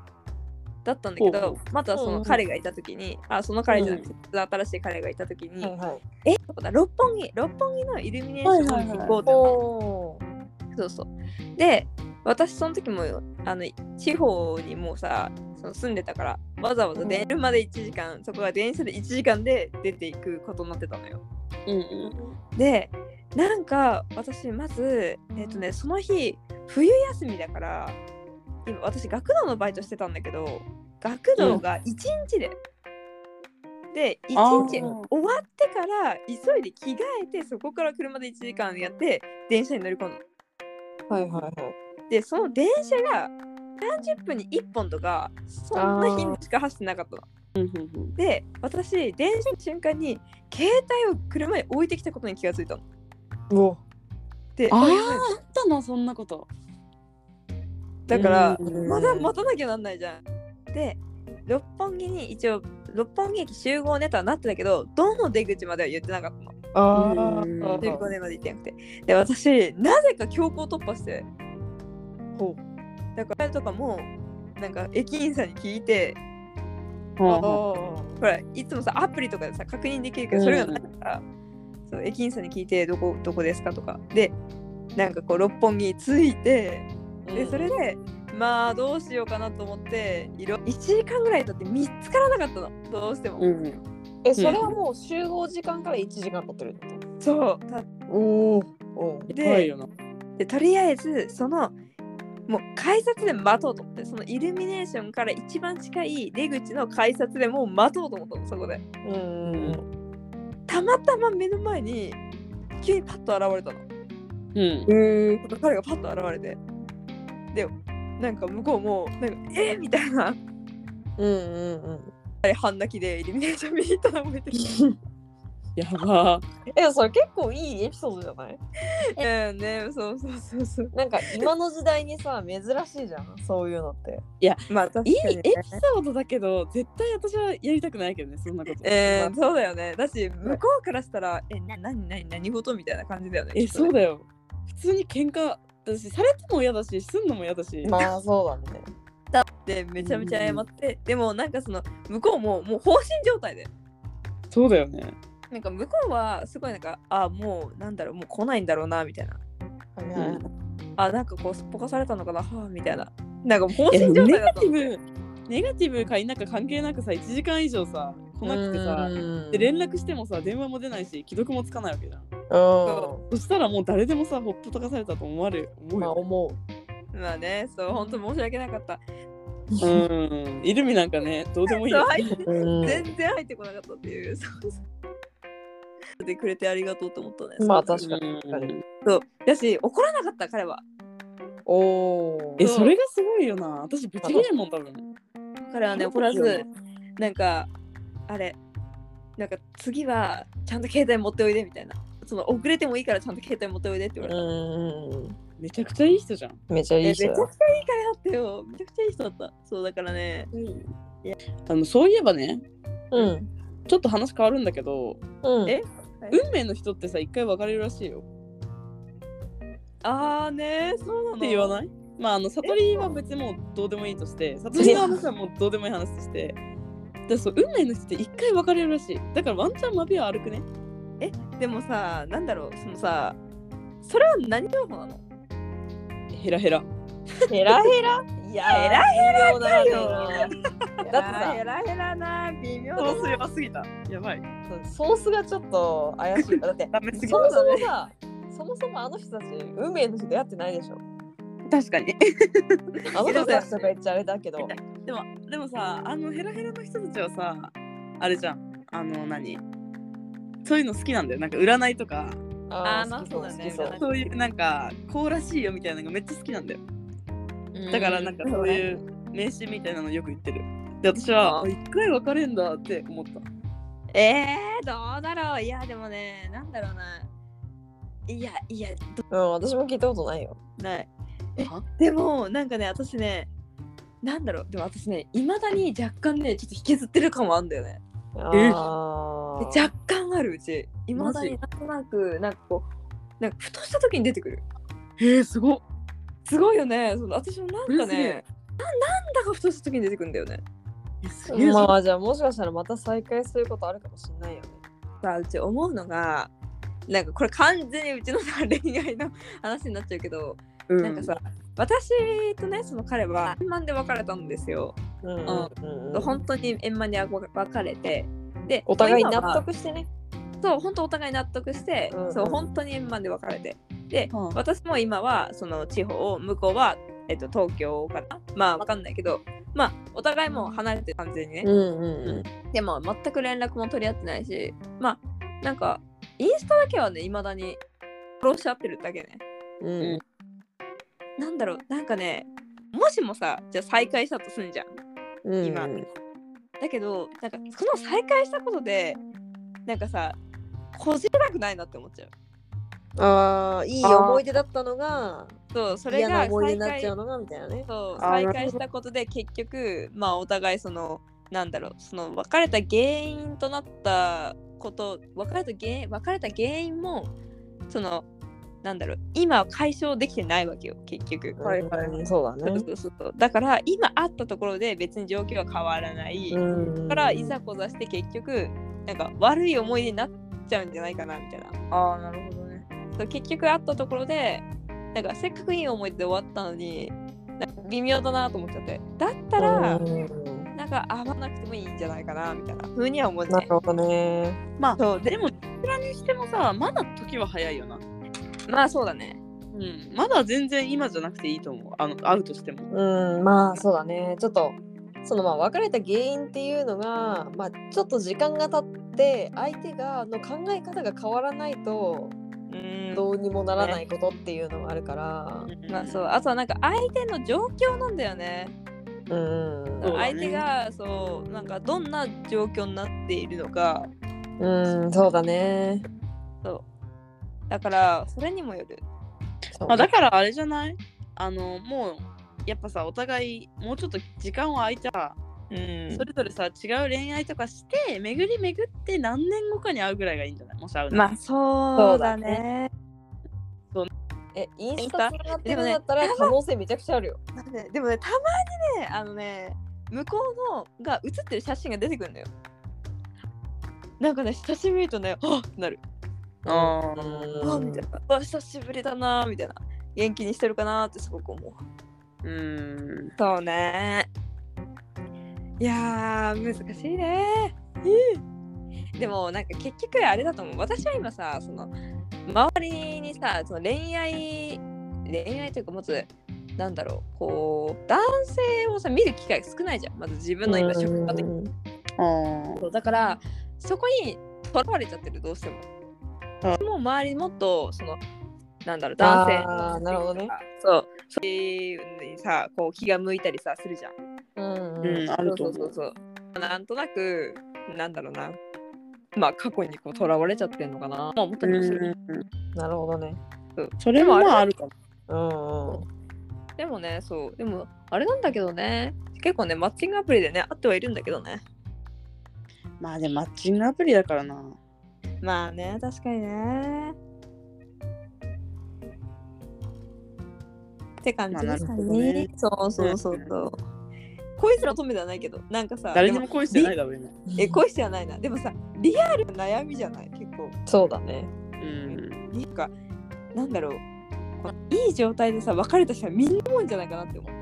[SPEAKER 3] だったんだけ
[SPEAKER 1] ほうほ
[SPEAKER 3] どまたそ
[SPEAKER 2] うんう
[SPEAKER 3] の
[SPEAKER 2] ん
[SPEAKER 3] 彼がいた時に、あその彼じゃなくて、新しい彼がいた時に、
[SPEAKER 2] はいはい
[SPEAKER 3] そうだ六本木六本木のイルミネーションに行こうってなっ
[SPEAKER 2] おー
[SPEAKER 3] てそうそう。で、私その時もあの地方にもうさその住んでたからわざわざ電車で1時間、そこが電車で1時間で出ていくことになってたのよ。
[SPEAKER 1] うんうん。
[SPEAKER 3] でなんか私まずえっ、とねその日冬休みだから今私学童のバイトしてたんだけど学童が1日で。で1日終
[SPEAKER 1] あ
[SPEAKER 3] わ
[SPEAKER 1] ー
[SPEAKER 3] ってから急いで着替えてそこから車で1時間やって電車に乗り込んだの
[SPEAKER 2] はいはいはい
[SPEAKER 3] でその電車が30分に1本とかそんな頻度しか走ってなかったの。
[SPEAKER 1] うんうんうん
[SPEAKER 3] で私電車の瞬間に携帯を車に置いてきたことに気がついたの。
[SPEAKER 2] うお
[SPEAKER 3] で
[SPEAKER 1] あー
[SPEAKER 3] あやばい
[SPEAKER 1] あったな、そんなこと。
[SPEAKER 3] だから
[SPEAKER 1] うん
[SPEAKER 3] まだ待たなきゃなんないじゃん。で六本木に一応六本木駅集合ネタはなってたけどどの出口までは言ってなかったの。
[SPEAKER 2] あ
[SPEAKER 1] うん
[SPEAKER 2] ー
[SPEAKER 3] 集合ネタまで行ってなくて。で私なぜか強行突破して
[SPEAKER 2] ほ
[SPEAKER 3] だからとかもなんか駅員さんに聞いて
[SPEAKER 1] はあはあ
[SPEAKER 2] あー
[SPEAKER 3] ほらいつもさアプリとかでさ確認できるけどそれがないから、そう駅員さんに聞いてどこどこですかとかでなんかこう六本木に着いてでそれでまあどうしようかなと思っていろ1時間ぐらい経って見つからなかったのどうしても、
[SPEAKER 1] うんうん。
[SPEAKER 2] えそれはもう集合時間から1時間経ってるってこ
[SPEAKER 3] そうた
[SPEAKER 2] とおーおー
[SPEAKER 1] やばいよな。
[SPEAKER 3] でとりあえずそのもう改札で待とうと思ってそのイルミネーションから一番近い出口の改札でもう待とうと思ったのそこで
[SPEAKER 2] うんうんうん
[SPEAKER 3] たまたま目の前に急にパッと現れたの
[SPEAKER 1] うん。
[SPEAKER 2] へえ
[SPEAKER 3] 彼がパッと現れてでなんか向こうもなんか「えみたいな
[SPEAKER 2] うんうんうん
[SPEAKER 3] あれ半泣きでイルミネーション見に行ったの覚え てる
[SPEAKER 1] やば。
[SPEAKER 2] えそれ結構いいエピソードじゃない
[SPEAKER 3] うんねそうそうそうそう
[SPEAKER 2] なんか今の時代にさ珍しいじゃんそういうのって
[SPEAKER 3] まあ確か
[SPEAKER 1] いい
[SPEAKER 3] に、
[SPEAKER 1] エピソードだけど、絶対私はやりたくないけどね、そんなこと。
[SPEAKER 3] えー、そうだよねだし向こうからしたら「えな何何何事?」みたいな感じだよね
[SPEAKER 1] え、そう
[SPEAKER 3] だ
[SPEAKER 1] だよ。普通に喧嘩私されても嫌だし、すんのも嫌だし。
[SPEAKER 2] まあそうだね
[SPEAKER 3] ってめちゃめちゃ謝って、でもなんかその向こうももう放心状態で
[SPEAKER 1] そうだよね。
[SPEAKER 3] なんか向こうはすごいなんかあもうなんだろうもう来ないんだろうなみたいな
[SPEAKER 2] はい
[SPEAKER 1] うん
[SPEAKER 2] はい
[SPEAKER 3] あなんかこうすっぽかされたのかなはあみたいななんかもう放
[SPEAKER 1] いやで
[SPEAKER 3] 心
[SPEAKER 1] も
[SPEAKER 3] 状
[SPEAKER 1] ネ
[SPEAKER 3] 態だ
[SPEAKER 1] ガ
[SPEAKER 3] った
[SPEAKER 1] テ
[SPEAKER 3] の
[SPEAKER 1] ィブネガティブか否か関係なくさ1時間以上さ来なくてさ
[SPEAKER 2] うん
[SPEAKER 1] で連絡してもさ電話も出ないし既読もつかないわけじゃん
[SPEAKER 2] う
[SPEAKER 1] そしたらもう誰でもさほっぽとかされたと思われる思
[SPEAKER 2] ん
[SPEAKER 1] う
[SPEAKER 2] まあ
[SPEAKER 1] よ、
[SPEAKER 2] 思
[SPEAKER 3] まあね、そう、本当申し訳なかった。
[SPEAKER 1] うんイルミなんか ねどうでもいい
[SPEAKER 3] そう
[SPEAKER 1] よ
[SPEAKER 3] 入って
[SPEAKER 2] う、うん
[SPEAKER 3] 全然入ってこなかったっていう。そうそうでくれてありがとうと思ったね。
[SPEAKER 2] まあ
[SPEAKER 3] その
[SPEAKER 2] 確かに確か
[SPEAKER 1] う
[SPEAKER 2] に
[SPEAKER 1] ん
[SPEAKER 3] そう。だし、怒らなかった、彼は。
[SPEAKER 2] おお
[SPEAKER 1] えそれがすごいよな私ぶち切れんもん多分
[SPEAKER 3] 彼はね、怒らず、なんか、あれ、なんか次はちゃんと携帯持っておいでみたいな。その遅れてもいいからちゃんと携帯持っておいでって言わ
[SPEAKER 2] う
[SPEAKER 3] れた。
[SPEAKER 2] んうん
[SPEAKER 1] めちゃくちゃいい人じゃん
[SPEAKER 2] めちゃ
[SPEAKER 3] え
[SPEAKER 2] いい
[SPEAKER 3] めち
[SPEAKER 2] 人
[SPEAKER 3] ゃくちゃい
[SPEAKER 2] だ
[SPEAKER 3] い彼だったよ。めちゃくちゃいい人だった。そうだからね。
[SPEAKER 1] あのそういえばね
[SPEAKER 2] うん
[SPEAKER 1] ちょっと話変わるんだけど
[SPEAKER 2] うん
[SPEAKER 3] え
[SPEAKER 1] 運命の人ってさ一回別れるらしいよ
[SPEAKER 3] あーね、そうなの。
[SPEAKER 1] って言わないまああの悟りは別にもうどうでもいいとして悟りの話はもうどうでもいい話としてでそう運命の人って一回別れるらしいだからワンチャンマビは歩くね
[SPEAKER 3] でもさ、なんだろう、そのさ、それは何情報なの
[SPEAKER 1] ヘラヘラ
[SPEAKER 2] ヘラヘラいや
[SPEAKER 3] ヘラ
[SPEAKER 2] ヘラだ
[SPEAKER 3] よ
[SPEAKER 2] だって
[SPEAKER 3] だってさ、
[SPEAKER 2] さ
[SPEAKER 3] ヘラヘラな、微妙
[SPEAKER 1] そう
[SPEAKER 3] だ
[SPEAKER 1] すれば過ぎたやばい
[SPEAKER 2] ソースがちょっと怪しいだって
[SPEAKER 1] ダメすぎ
[SPEAKER 2] そも
[SPEAKER 1] た
[SPEAKER 2] そもさそもそもあの人たち運命の人出会ってないでしょ
[SPEAKER 1] 確かに
[SPEAKER 2] あの人たちとか言っちゃあれだけど
[SPEAKER 1] でもでもさあのヘラヘラの人たちはさあれじゃんあの何そういうの好きなんだよなんか占いとか
[SPEAKER 3] あーまあ
[SPEAKER 2] 好きそう
[SPEAKER 3] そうだね
[SPEAKER 2] 好きそう
[SPEAKER 3] 占い
[SPEAKER 1] そういうなんかこうらしいよみたいなのがめっちゃ好きなんだよだからなんかそういう名刺みたいなのよく言ってるで私はあ一回別れんだって思った
[SPEAKER 3] えー、どうだろういやでもねなんだろうないやいや
[SPEAKER 2] うん、私も聞いたことないよ。
[SPEAKER 3] ないえ
[SPEAKER 1] は
[SPEAKER 3] でもなんかね私ねなんだろうでも私ねいまだに若干ねちょっと引きずってる感もあるんだよね
[SPEAKER 2] あ
[SPEAKER 3] で
[SPEAKER 2] ー
[SPEAKER 3] 若干あるうちいまだになんとなくなんかこうなんかふとした時に出てくる
[SPEAKER 1] えー、すごっ
[SPEAKER 3] すごいよねその私もなんか
[SPEAKER 1] うんすげ
[SPEAKER 3] ね
[SPEAKER 1] え
[SPEAKER 3] ななんだかふとした時に出てくるんだよね
[SPEAKER 1] えすげえぞ
[SPEAKER 2] まあじゃあもしかしたらまた再会することあるかもしれないよね。
[SPEAKER 3] さうち思うのがなんかこれ完全にうちのさ恋愛の話になっちゃうけど、
[SPEAKER 1] う
[SPEAKER 3] なんかさ私とねその彼は円満で別れたんですよ、
[SPEAKER 2] うんうんうんうん、
[SPEAKER 3] 本当に円満に別れてで
[SPEAKER 2] お互い
[SPEAKER 3] まあ
[SPEAKER 2] 納
[SPEAKER 3] 今は
[SPEAKER 2] 得してね。
[SPEAKER 3] そう本当お互い納得して、
[SPEAKER 2] うんうん
[SPEAKER 3] そう本当に円満で別れてで、
[SPEAKER 1] うん
[SPEAKER 3] 私も今はその地方向こうは、えっと、東京かなまあわかんないけどまあお互いもう離れて完全にね
[SPEAKER 2] う、んうん
[SPEAKER 3] でも全く連絡も取り合ってないしまあなんかインスタだけはねいまだに殺し合ってるだけね
[SPEAKER 2] うんうん
[SPEAKER 3] なんだろうなんかねもしもさじゃあ再会したとすんじゃん
[SPEAKER 2] うん
[SPEAKER 3] 今
[SPEAKER 2] うん
[SPEAKER 3] だけどなんかその再会したことでなんかさこじれなくないなって思っちゃう
[SPEAKER 2] ああいい思い出だったのが
[SPEAKER 3] そうそれ
[SPEAKER 2] 嫌
[SPEAKER 3] が
[SPEAKER 2] な思い出にな
[SPEAKER 3] 再
[SPEAKER 2] っ
[SPEAKER 3] 会
[SPEAKER 2] ちゃうのがみたいなね。
[SPEAKER 3] そう
[SPEAKER 1] あー
[SPEAKER 3] 再会したことで結局まあお互いそのなんだろうその別れた原因となったこと別れた原因別れた原因もそのなんだろう今は解消できてないわけよ結局、
[SPEAKER 1] はいはい
[SPEAKER 2] うんそうだ
[SPEAKER 3] そう
[SPEAKER 2] ね。
[SPEAKER 3] そうそうそうだから今あったところで別に状況は変わらない、
[SPEAKER 2] う
[SPEAKER 3] だ
[SPEAKER 2] んうん
[SPEAKER 3] からいざこざして結局なんか悪い思い出になっちゃうんじゃないかなみたいな
[SPEAKER 1] ああなるほどね
[SPEAKER 3] そう結局あったところでなんかせっかくいい思い出で終わったのになんか微妙だなと思っちゃってだったら
[SPEAKER 2] うんうん
[SPEAKER 3] なんか会わなくてもいいんじゃないかなみたいなふうには思う
[SPEAKER 2] な
[SPEAKER 3] ね
[SPEAKER 2] るほどね。
[SPEAKER 1] まあ
[SPEAKER 3] そう
[SPEAKER 1] でもどちらにしてもさまだ時は早いよな
[SPEAKER 3] まあそうだね
[SPEAKER 1] うんまだ全然今じゃなくていいと思うあの会うとしても
[SPEAKER 2] うんまあそうだね。ちょっとそのまあ別れた原因っていうのがまあちょっと時間が経って相手がの考え方が変わらないと
[SPEAKER 3] うん
[SPEAKER 2] どうにもならないことっていうのがあるから。
[SPEAKER 3] まあそうあとはなんか相手の状況なんだよね
[SPEAKER 2] うん
[SPEAKER 1] そうだね
[SPEAKER 3] 相手がそうなんかどんな状況になっているのか
[SPEAKER 2] うん、そうだね。
[SPEAKER 3] だからそれにもよる
[SPEAKER 2] そう
[SPEAKER 1] まあ、だからあれじゃないあのもうやっぱさお互いもうちょっと時間を空いたら、
[SPEAKER 3] うん
[SPEAKER 1] それぞれさ違う恋愛とかして巡り巡って何年後かに会うぐらいがいいんじゃないもし会うなら
[SPEAKER 3] まあそうだね
[SPEAKER 2] え、インス
[SPEAKER 3] イン
[SPEAKER 2] タ
[SPEAKER 3] ス
[SPEAKER 2] 繋がってるんだったら可能性めちゃくちゃあるよ。
[SPEAKER 3] なんででもねたまにねあのね向こうのが写ってる写真が出てくるんだよなんかね久しぶりとねあっってなる
[SPEAKER 1] あー
[SPEAKER 2] うん
[SPEAKER 3] あみたいなあ久しぶりだなみたいな元気にしてるかなってすごく思う
[SPEAKER 1] うーん
[SPEAKER 3] そうねいやー難しいねでもなんか結局あれだと思う私は今さその周りにさその恋愛恋愛というかまずなんだろうこう男性をさ見る機会が少ないじゃんまず自分の今職場的に
[SPEAKER 1] あ
[SPEAKER 3] そうだからそこにとらわれちゃってるどうしても。もう周りにもっとそのなんだろう男性
[SPEAKER 2] あーなるほどね
[SPEAKER 3] そうそういうのにさこう気が向いたりさするじゃん。
[SPEAKER 2] うん
[SPEAKER 1] ーうんあると
[SPEAKER 3] そう
[SPEAKER 1] 思う
[SPEAKER 3] そうそうそうなんとなくなんだろうなまあ過去にこうとらわれちゃってんのかな。まあ思ったりもする。
[SPEAKER 1] うん
[SPEAKER 2] なるほどね。
[SPEAKER 1] それもまああるかも
[SPEAKER 2] うんうん。
[SPEAKER 3] でもねそうでもあれなんだけどね結構ねマッチングアプリでね会ってはいるんだけどね。
[SPEAKER 1] まあでもマッチングアプリだからな
[SPEAKER 3] まあね確かにね。って感じです
[SPEAKER 1] ま
[SPEAKER 3] か
[SPEAKER 1] あなるほど
[SPEAKER 3] ね
[SPEAKER 1] ね。
[SPEAKER 3] そうそうそうそう。恋する乙女ではないけどなんかさ
[SPEAKER 1] 誰にも恋してないだろうね
[SPEAKER 3] でもえ恋してはないなでもさリアルな悩みじゃない結構
[SPEAKER 2] そうだね。
[SPEAKER 1] うん
[SPEAKER 3] なんかなんだろうこういい状態でさ別れた人はみんなもんじゃないかなって思う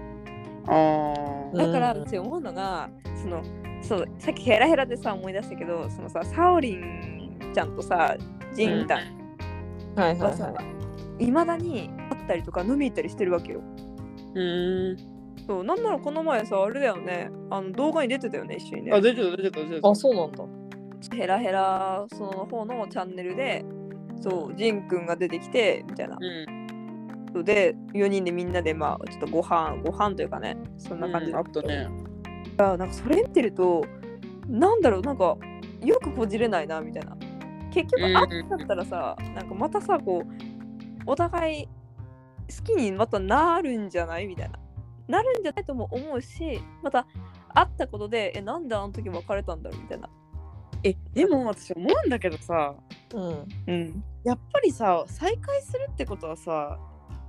[SPEAKER 1] あ
[SPEAKER 2] うん
[SPEAKER 3] だから私思うのがそのそうさっきヘラヘラでさ思い出したけどそのさサオリンちゃんとさジンタン
[SPEAKER 2] はいはい
[SPEAKER 3] はさ
[SPEAKER 2] はい
[SPEAKER 3] まだに会ったりとか飲み行ったりしてるわけよ
[SPEAKER 1] うん
[SPEAKER 3] そうなんならこの前さあれだよねあの動画に出てたよね一緒にね
[SPEAKER 1] あ、出てた、出てた、出てた。
[SPEAKER 2] あ、そうなんだ。
[SPEAKER 3] ヘラヘラその方のチャンネルでそうジンくんが出てきてみたいな
[SPEAKER 1] うん。
[SPEAKER 3] そうで4人でみんなでまあちょっとご飯ご飯というかねそんな感じ
[SPEAKER 1] うん
[SPEAKER 3] だ
[SPEAKER 1] あ
[SPEAKER 3] っ
[SPEAKER 1] ったね。
[SPEAKER 3] た、なんかそれ見てるとなんだろうなんかよくこじれないなみたいな結局
[SPEAKER 1] うん
[SPEAKER 3] あったったらさなんかまたさこうお互い好きにまたなるんじゃないみたいななるんじゃないとも思うしまた会ったことでえなんであの時別れたんだろうみたいな
[SPEAKER 1] え、でも私思うんだけどさ、
[SPEAKER 2] うん。
[SPEAKER 3] うん
[SPEAKER 1] やっぱりさ、再会するってことはさ、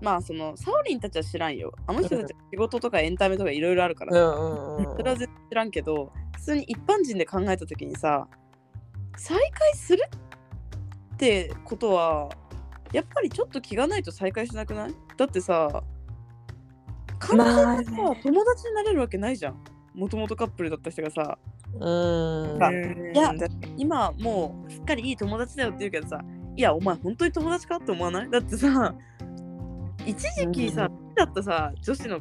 [SPEAKER 1] まあその、サオリンたちは知らんよ。あの人たちは仕事とかエンタメとかいろいろあるから
[SPEAKER 2] う。んうん
[SPEAKER 1] それは全然知らんけど普通に一般人で考えた時にさ再会するってことはやっぱりちょっと気がないと再会しなくないだってさ簡単にさ、
[SPEAKER 2] ま
[SPEAKER 1] 友達になれるわけないじゃんもともとカップルだった人がさ
[SPEAKER 2] うん。
[SPEAKER 1] さ
[SPEAKER 3] い
[SPEAKER 1] いや今もうすっかりいい友達だよって言うけどさいやお前本当に友達かって思わないだってさ一時期さ、
[SPEAKER 2] う
[SPEAKER 1] 好きだったさ女子の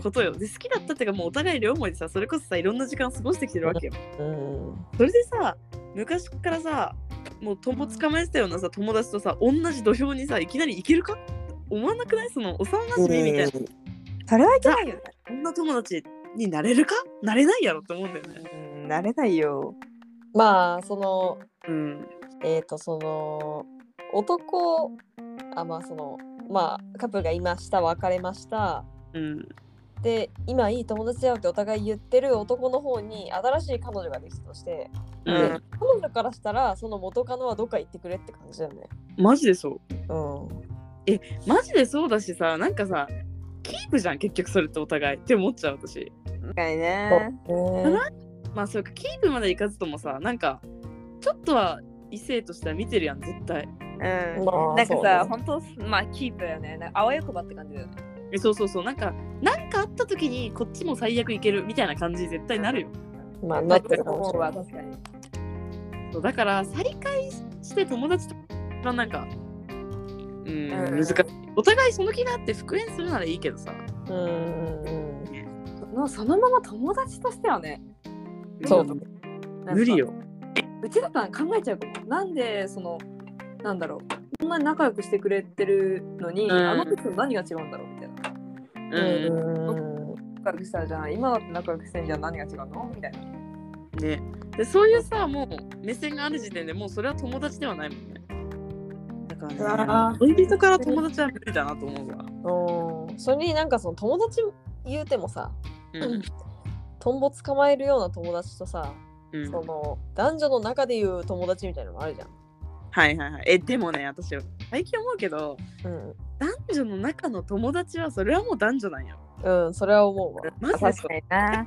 [SPEAKER 1] ことよで好きだったっていうかもうお互い両思いでさそれこそさいろんな時間過ごしてきてるわけよ
[SPEAKER 2] うん。
[SPEAKER 1] それでさ昔からさもう友捕まえてたようなさ友達とさ同じ土俵にさいきなり行けるかって思わなくないその幼なじみみたいな、
[SPEAKER 3] それはいけないよね
[SPEAKER 1] 女友達になれるかなれないやろって思うんだよね
[SPEAKER 3] うんなれないよ
[SPEAKER 2] まあ、その、
[SPEAKER 1] うん
[SPEAKER 2] えっ、と、その、男、あ、まあ、その、まあ、カップルがいました、別れました。
[SPEAKER 1] うん
[SPEAKER 2] で、今いい友達だよってお互い言ってる男の方に新しい彼女ができたとして、
[SPEAKER 1] う
[SPEAKER 2] で
[SPEAKER 1] ん、
[SPEAKER 2] 彼女からしたら、その元カノはどっか行ってくれって感じだよね。
[SPEAKER 1] マジでそう
[SPEAKER 2] うん。
[SPEAKER 1] マジでそうだしさなんかさキープじゃん結局それってお互いって思っちゃう私
[SPEAKER 3] 確かにね
[SPEAKER 2] そうね
[SPEAKER 1] まあそうかキープまでいかずともさなんかちょっとは異性としては見てるやん絶対
[SPEAKER 3] うん
[SPEAKER 2] まあ
[SPEAKER 3] なんか
[SPEAKER 2] そう
[SPEAKER 3] さ
[SPEAKER 2] ね
[SPEAKER 3] 本当まあキープだよねなんかあわよくばって感じだよね
[SPEAKER 1] えそうそうそうなんかなんかあった時にこっちも最悪いけるみたいな感じに絶対なるよ
[SPEAKER 2] まあ、なってるかもしれない。
[SPEAKER 3] 確かに
[SPEAKER 1] そうだから再会して友達とまあなんかうん
[SPEAKER 3] うん
[SPEAKER 1] 難しいお互いその気があって復縁するならいいけどさ
[SPEAKER 2] うんうんうん。
[SPEAKER 3] のそのまま友達としてはね
[SPEAKER 2] そう
[SPEAKER 1] 無理だと思無理よ
[SPEAKER 3] うちだったら考えちゃうかもなんでそのなんだろうこんなに仲良くしてくれてるのに、
[SPEAKER 1] うん
[SPEAKER 3] あの時と何が違うんだろうみたいな
[SPEAKER 1] う
[SPEAKER 2] う
[SPEAKER 1] ん、
[SPEAKER 3] 仲良くしたじゃん今だって仲良くしてんじゃん何が違うのみたいな
[SPEAKER 1] ねでそういうさもう目線がある時点でもうそれは友達ではないもんねだから
[SPEAKER 2] わ
[SPEAKER 1] ね恋人から友達は無理だなと思うわ
[SPEAKER 2] んうん。それになんかその友達言うてもさ、
[SPEAKER 1] うん
[SPEAKER 2] トンボ捕まえるような友達とさ、
[SPEAKER 1] うん
[SPEAKER 2] その男女の中でいう友達みたいなのもあるじゃん。
[SPEAKER 1] はいはいはいえでもね私最近思うけど
[SPEAKER 2] うん
[SPEAKER 1] 男女の中の友達はそれはもう男女なんよ
[SPEAKER 2] うん、それは思うわ。
[SPEAKER 1] マジでそう
[SPEAKER 3] にな
[SPEAKER 1] 本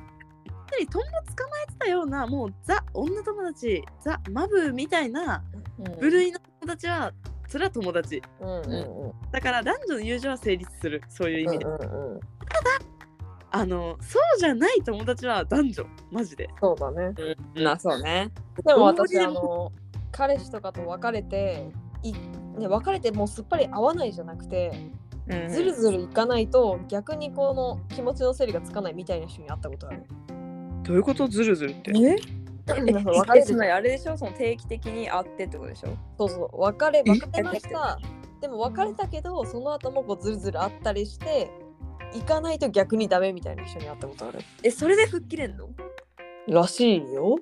[SPEAKER 1] 当にトンボ捕まえてたようなもうザ女友達ザマブみたいな部類の友達はそれは友達
[SPEAKER 2] うんうんうん
[SPEAKER 1] だから男女の友情は成立するそういう意
[SPEAKER 2] うん
[SPEAKER 1] 味で、
[SPEAKER 2] うんうん。
[SPEAKER 1] あのそうじゃない友達は男女マジで
[SPEAKER 2] そうだね。
[SPEAKER 3] なそうね
[SPEAKER 2] でも
[SPEAKER 1] 同時
[SPEAKER 2] 私、
[SPEAKER 1] で
[SPEAKER 2] あの、彼氏とかと別れて、いね、別れてもうすっぱり会わないじゃなくて、
[SPEAKER 3] うん
[SPEAKER 2] ずるずるいかないと逆にこの気持ちの整理がつかないみたいな人に会ったことある。
[SPEAKER 1] どういうことズルズルって
[SPEAKER 3] え
[SPEAKER 2] なんか別
[SPEAKER 3] 別れ
[SPEAKER 2] れ
[SPEAKER 3] て
[SPEAKER 2] て
[SPEAKER 3] ないあれでしょその定期的に会ってってことでしょ
[SPEAKER 2] そうそう別れ
[SPEAKER 1] え
[SPEAKER 2] 別れましたでも別れたけどその後もこうずるずるあったりして行かないと逆にダメみたいな人に会ったことある
[SPEAKER 3] えそれで吹っ切れんの
[SPEAKER 2] らしいよ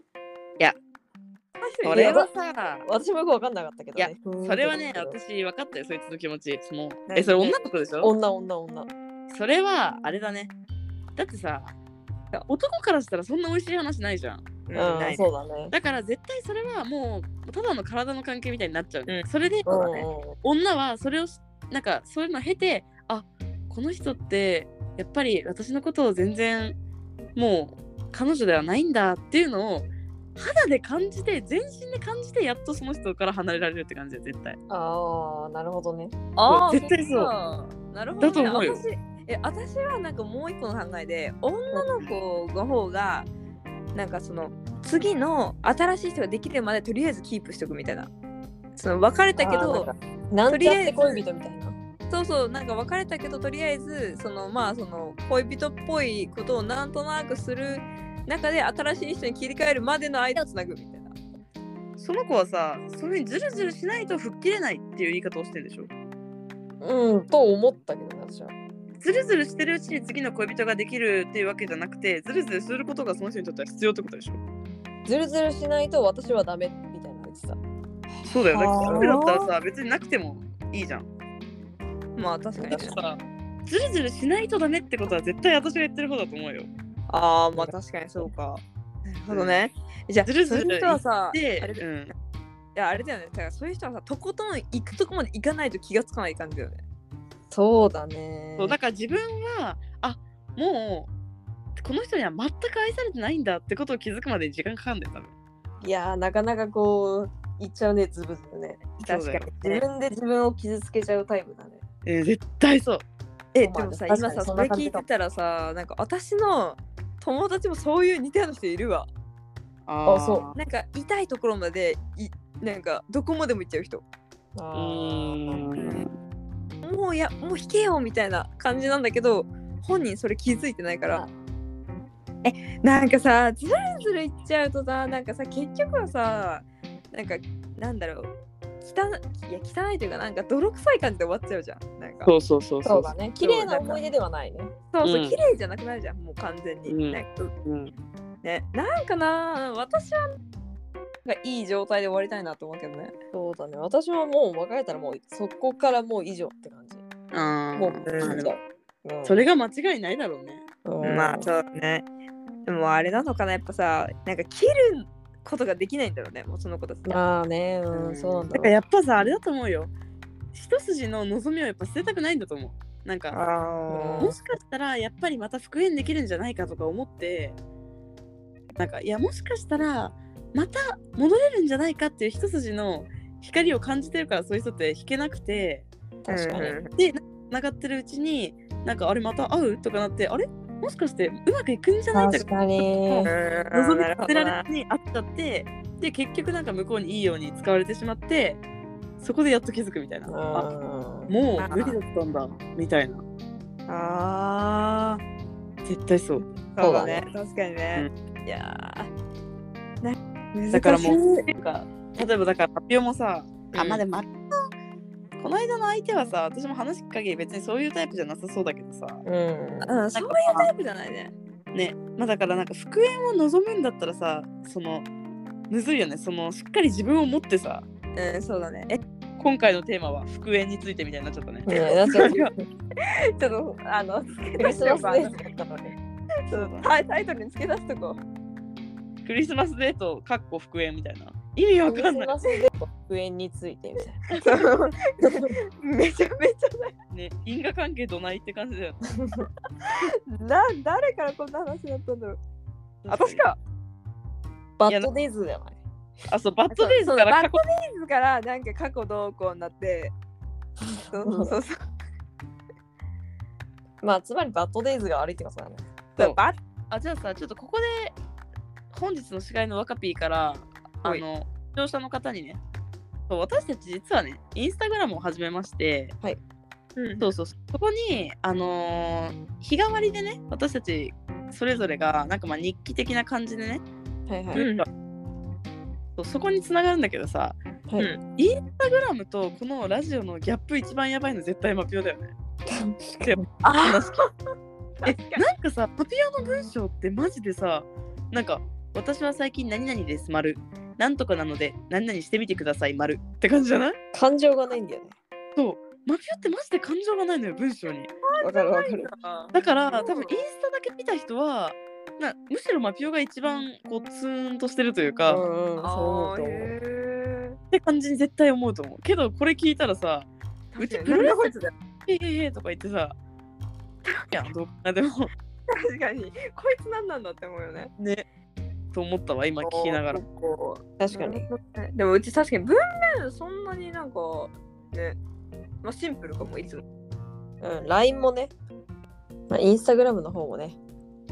[SPEAKER 1] それはさ
[SPEAKER 2] 私もよく分かんなかったけど
[SPEAKER 1] いや
[SPEAKER 2] ねうん
[SPEAKER 1] それはね
[SPEAKER 2] うん
[SPEAKER 1] 私分かったよそいつの気持ちその
[SPEAKER 3] 何
[SPEAKER 1] えそれ女の子でしょ
[SPEAKER 2] 女女女
[SPEAKER 1] それはあれだねだってさ男からしたらそんな美味しい話ないじゃん
[SPEAKER 3] う
[SPEAKER 2] う
[SPEAKER 3] んなんい
[SPEAKER 2] そうだね
[SPEAKER 1] だから絶対それはもうただの体の関係みたいになっちゃう、
[SPEAKER 3] うん
[SPEAKER 1] それ
[SPEAKER 2] う
[SPEAKER 1] で
[SPEAKER 2] ん
[SPEAKER 3] だね
[SPEAKER 1] 女はそれをしなんかそういうのを経てあこの人ってやっぱり私のことを全然もう彼女ではないんだっていうのを肌で感じて全身で感じてやっとその人から離れられるって感じだよ絶対
[SPEAKER 2] ああなるほどね
[SPEAKER 3] ああ、
[SPEAKER 1] 絶対そう
[SPEAKER 3] う。なるほど、
[SPEAKER 1] だ
[SPEAKER 3] ね。
[SPEAKER 1] と思うよ
[SPEAKER 3] 私え、私はなんかもう一個の考えで、女の子の方が、なんかその、次の新しい人ができるまでとりあえずキープしとくみたいな。その別れたけ
[SPEAKER 2] あー
[SPEAKER 3] ど、
[SPEAKER 2] なんかなんちゃっ
[SPEAKER 3] とりあえ
[SPEAKER 2] て
[SPEAKER 3] ず
[SPEAKER 2] 恋人みたいな
[SPEAKER 3] そうそうなんか別れたけどとりあえずそのまあその恋人っぽいことをなんとなくする中で新しい人に切り替えるまでの間をつなぐみたいな
[SPEAKER 1] その子はさそういうふうにズルズルしないと吹っ切れないっていう言い方をしてるんでしょ
[SPEAKER 2] うん、と思ったけどね、私は。
[SPEAKER 1] ズルズルしてるうちに次の恋人ができるっていうわけじゃなくてズルズルすることがその人にとっては必要ってことでしょ
[SPEAKER 2] ズルズルしないと私はダメみたいな言ってた。
[SPEAKER 1] そうだよね
[SPEAKER 2] はあ
[SPEAKER 1] カップルだったらさ別になくてもいいじゃん
[SPEAKER 3] まあ確かに
[SPEAKER 1] だってさズルズルしないとダメってことは絶対私が言ってる方だと思うよ
[SPEAKER 3] ああまあ確かにそうかなるほどねじゃあ
[SPEAKER 1] ずるずる
[SPEAKER 3] そういう人はさ
[SPEAKER 1] で
[SPEAKER 3] あれだ
[SPEAKER 1] うん
[SPEAKER 3] よいやあれだよねだからそういう人はさとことん行くとこまで行かないと気がつかない感じだよね
[SPEAKER 2] そうだね。
[SPEAKER 1] そうだから自分はあもうこの人には全く愛されてないんだってことを気づくまでに時間かかるんだよ多分
[SPEAKER 2] いやー、なかなかこう、いっちゃうね、ズブズブね。
[SPEAKER 1] そう
[SPEAKER 3] 確
[SPEAKER 1] だ
[SPEAKER 3] か
[SPEAKER 1] よ
[SPEAKER 3] に
[SPEAKER 2] 自分で自分を傷つけちゃうタイプだね。
[SPEAKER 1] えー絶対そう
[SPEAKER 3] えで
[SPEAKER 2] まあ
[SPEAKER 3] もさ
[SPEAKER 2] 確かに
[SPEAKER 3] 今さ
[SPEAKER 2] そ
[SPEAKER 3] そ
[SPEAKER 2] んな
[SPEAKER 3] れ
[SPEAKER 2] 感
[SPEAKER 3] 聞
[SPEAKER 2] じ
[SPEAKER 3] い
[SPEAKER 2] かも
[SPEAKER 3] てたらさなんか私の友達もそういう似たような人いるわ
[SPEAKER 1] あ
[SPEAKER 2] あそ
[SPEAKER 3] なんか痛いところまでいなんかどこまでも行っちゃう人
[SPEAKER 1] う
[SPEAKER 2] あ
[SPEAKER 1] ーん
[SPEAKER 3] もういやもう引けよみたいな感じなんだけど本人それ気づいてないからえなんかさずるずるいっちゃうとさなんかさ結局はさなんかなんだろう汚いや汚いというかなんか泥臭い感じで終わっちゃうじゃんなんか
[SPEAKER 1] そうそうそう
[SPEAKER 2] そ
[SPEAKER 1] そうう
[SPEAKER 2] だね。綺麗な思い出ではないね。
[SPEAKER 3] そうそう
[SPEAKER 1] うん
[SPEAKER 3] 綺麗じゃなくなるじゃんもう完全に、
[SPEAKER 1] うん
[SPEAKER 3] なんか
[SPEAKER 1] うん
[SPEAKER 3] ねなんかな私はなんかいい状態で終わりたいなと思うけどね
[SPEAKER 2] そうだね。私はもう別れたらもうそこからもう以上って感じ。
[SPEAKER 1] あー
[SPEAKER 2] もう
[SPEAKER 1] うん
[SPEAKER 2] 切っちゃう。うん
[SPEAKER 1] それが間違いないだろうね
[SPEAKER 2] うん
[SPEAKER 3] まあそうだね。でもあれなのかな、やっぱさ、なんか切ることができないんだろうね、もうその子たち。
[SPEAKER 2] まあね、うん、そうなんだ
[SPEAKER 1] だからやっぱさあれだと思うよ一筋の望みをやっぱ捨てたくないんだと思うなんか
[SPEAKER 2] ー
[SPEAKER 1] もしかしたらやっぱりまた復縁できるんじゃないかとか思ってなんかいやもしかしたらまた戻れるんじゃないかっていう一筋の光を感じてるからそういう人って引けなくて
[SPEAKER 2] 確かに。
[SPEAKER 1] で繋がってるうちになんかあれまた会うとかなってあれもしかしてうまくいくんじゃないと
[SPEAKER 2] 確
[SPEAKER 1] か
[SPEAKER 2] かに。
[SPEAKER 1] 望み
[SPEAKER 3] なる
[SPEAKER 1] 捨
[SPEAKER 3] ほ
[SPEAKER 1] て
[SPEAKER 3] ど
[SPEAKER 1] ら
[SPEAKER 3] な
[SPEAKER 1] れずに会っちゃってで結局なんか向こうにいいように使われてしまってそこでやっと気づくみたいな、あ
[SPEAKER 2] うん
[SPEAKER 1] もう無理だったんだみたいな
[SPEAKER 3] あ
[SPEAKER 1] 絶対そう
[SPEAKER 3] ー
[SPEAKER 2] そ
[SPEAKER 3] そうう
[SPEAKER 2] だ
[SPEAKER 3] だ
[SPEAKER 2] ね
[SPEAKER 3] ね、確かにね。いやーな
[SPEAKER 1] だからも
[SPEAKER 3] 難し
[SPEAKER 1] うなんか例えばだから発表もさ、
[SPEAKER 3] うん
[SPEAKER 1] あまあでも発表この間の相手はさ私も話す限り別にそういうタイプじゃなさそうだけどさ
[SPEAKER 2] うん
[SPEAKER 3] いうん、そういうタイプじゃないね。
[SPEAKER 1] ねまあだからなんか復縁を望むんだったらさそのむずいよねそのしっかり自分を持ってさ
[SPEAKER 3] うん、そうだね。え、ち
[SPEAKER 1] 今回のテーマは復縁についてみたいになっちゃったね。
[SPEAKER 2] ねだって
[SPEAKER 3] ょっと、あの、
[SPEAKER 2] クリスマスデートだったのに。
[SPEAKER 3] そうタイタイトルに付け出すとこ。
[SPEAKER 1] クリスマスデートかっこ復縁みたいな意味わ
[SPEAKER 2] ク
[SPEAKER 1] か
[SPEAKER 2] リ
[SPEAKER 1] ん
[SPEAKER 2] ス
[SPEAKER 1] ない
[SPEAKER 2] マスデート復縁についてみたい
[SPEAKER 3] めちゃめち
[SPEAKER 1] ね因果関係どないって感じだよね
[SPEAKER 3] ゃ、な、誰からこんな話になったんだろう。私か。
[SPEAKER 2] な。バッドデイズじゃない。
[SPEAKER 1] あそうバッドデイズか
[SPEAKER 3] そう
[SPEAKER 1] ら
[SPEAKER 3] そ
[SPEAKER 1] 過
[SPEAKER 3] う
[SPEAKER 1] 去
[SPEAKER 3] バッドデイズからなんか過去どうこうになってそうそうそうそう
[SPEAKER 2] まあつまりバッドデイズが悪いってことだね。
[SPEAKER 1] そう
[SPEAKER 3] バッ
[SPEAKER 1] あじゃあさちょっとここで本日の司会の若ピーからあ
[SPEAKER 3] はい
[SPEAKER 1] の視聴者の方にねそう私たち実はねインスタグラムを始めまして
[SPEAKER 3] うん
[SPEAKER 1] そうそうそこにあのー日替わりでね私たちそれぞれがなんかまあ日記的な感じでね、
[SPEAKER 2] はいは
[SPEAKER 3] う
[SPEAKER 2] い。
[SPEAKER 3] ん
[SPEAKER 1] そうそこに繋がるんだけどさ、
[SPEAKER 2] はい
[SPEAKER 1] インスタグラムとこのラジオのギャップ一番やばいの絶対マピオだよね。でも
[SPEAKER 3] あ
[SPEAKER 1] えなんかさパピオの文章ってマジでさなんか「私は最近何々です丸なんとかなので何々してみてください丸って感じじゃない
[SPEAKER 2] 感情がないんだよね。
[SPEAKER 1] そうマピオってマジで感情がないのよ文章に
[SPEAKER 2] わかるわかる。
[SPEAKER 1] だから多分インスタだけ見た人はなむしろマピオが一番こうツーンとしてるという
[SPEAKER 2] う
[SPEAKER 1] か、っ
[SPEAKER 2] んうん、そう思う
[SPEAKER 3] あ
[SPEAKER 2] と
[SPEAKER 3] ーへ
[SPEAKER 2] 思う。
[SPEAKER 1] て感じに絶対思うと思うけどこれ聞いたらさ
[SPEAKER 3] ー
[SPEAKER 1] うち
[SPEAKER 3] 確かになんだこいつだよ
[SPEAKER 1] 「へえへえへえ」とか言ってさ「いやどうかでも
[SPEAKER 3] 確かにこいつ何なんだって思うよね
[SPEAKER 1] ね」と思ったわ今聞きながら
[SPEAKER 3] こう
[SPEAKER 2] 確かに。
[SPEAKER 3] でもうち確かに文面そんなになんかねまあシンプルかもいつも
[SPEAKER 2] うん、LINE もね、まあ、インスタグラムの方もね、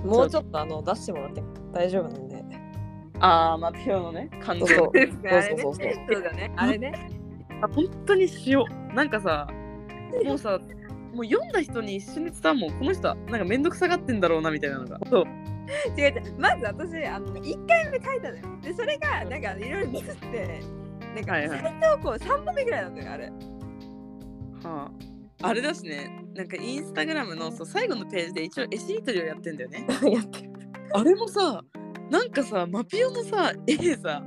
[SPEAKER 2] もうちょっとあの出してもらって大丈夫なんで。
[SPEAKER 1] ああマピオのね感
[SPEAKER 2] そ
[SPEAKER 1] 情
[SPEAKER 2] うそう。
[SPEAKER 3] ですねあれ
[SPEAKER 2] そうそうそうそう
[SPEAKER 3] ねそうだねあれね
[SPEAKER 1] あ本当に塩なんかさもうさもう読んだ人に一瞬で伝わんもんこの人はなんか面倒くさがってんだろうなみたいなのがそう
[SPEAKER 3] 違う違うまず私あの1回目書いたのよでそれがなんかいろいろミスってなんか
[SPEAKER 1] はいはい
[SPEAKER 3] 最投稿3本目ぐらいなんだよあれ
[SPEAKER 1] はあ、あれだしねなんかインスタグラムのそう最後のページで一応絵しりとりをやってんだよね
[SPEAKER 2] やってる
[SPEAKER 1] あれもさなんかさマピオのさ絵でさ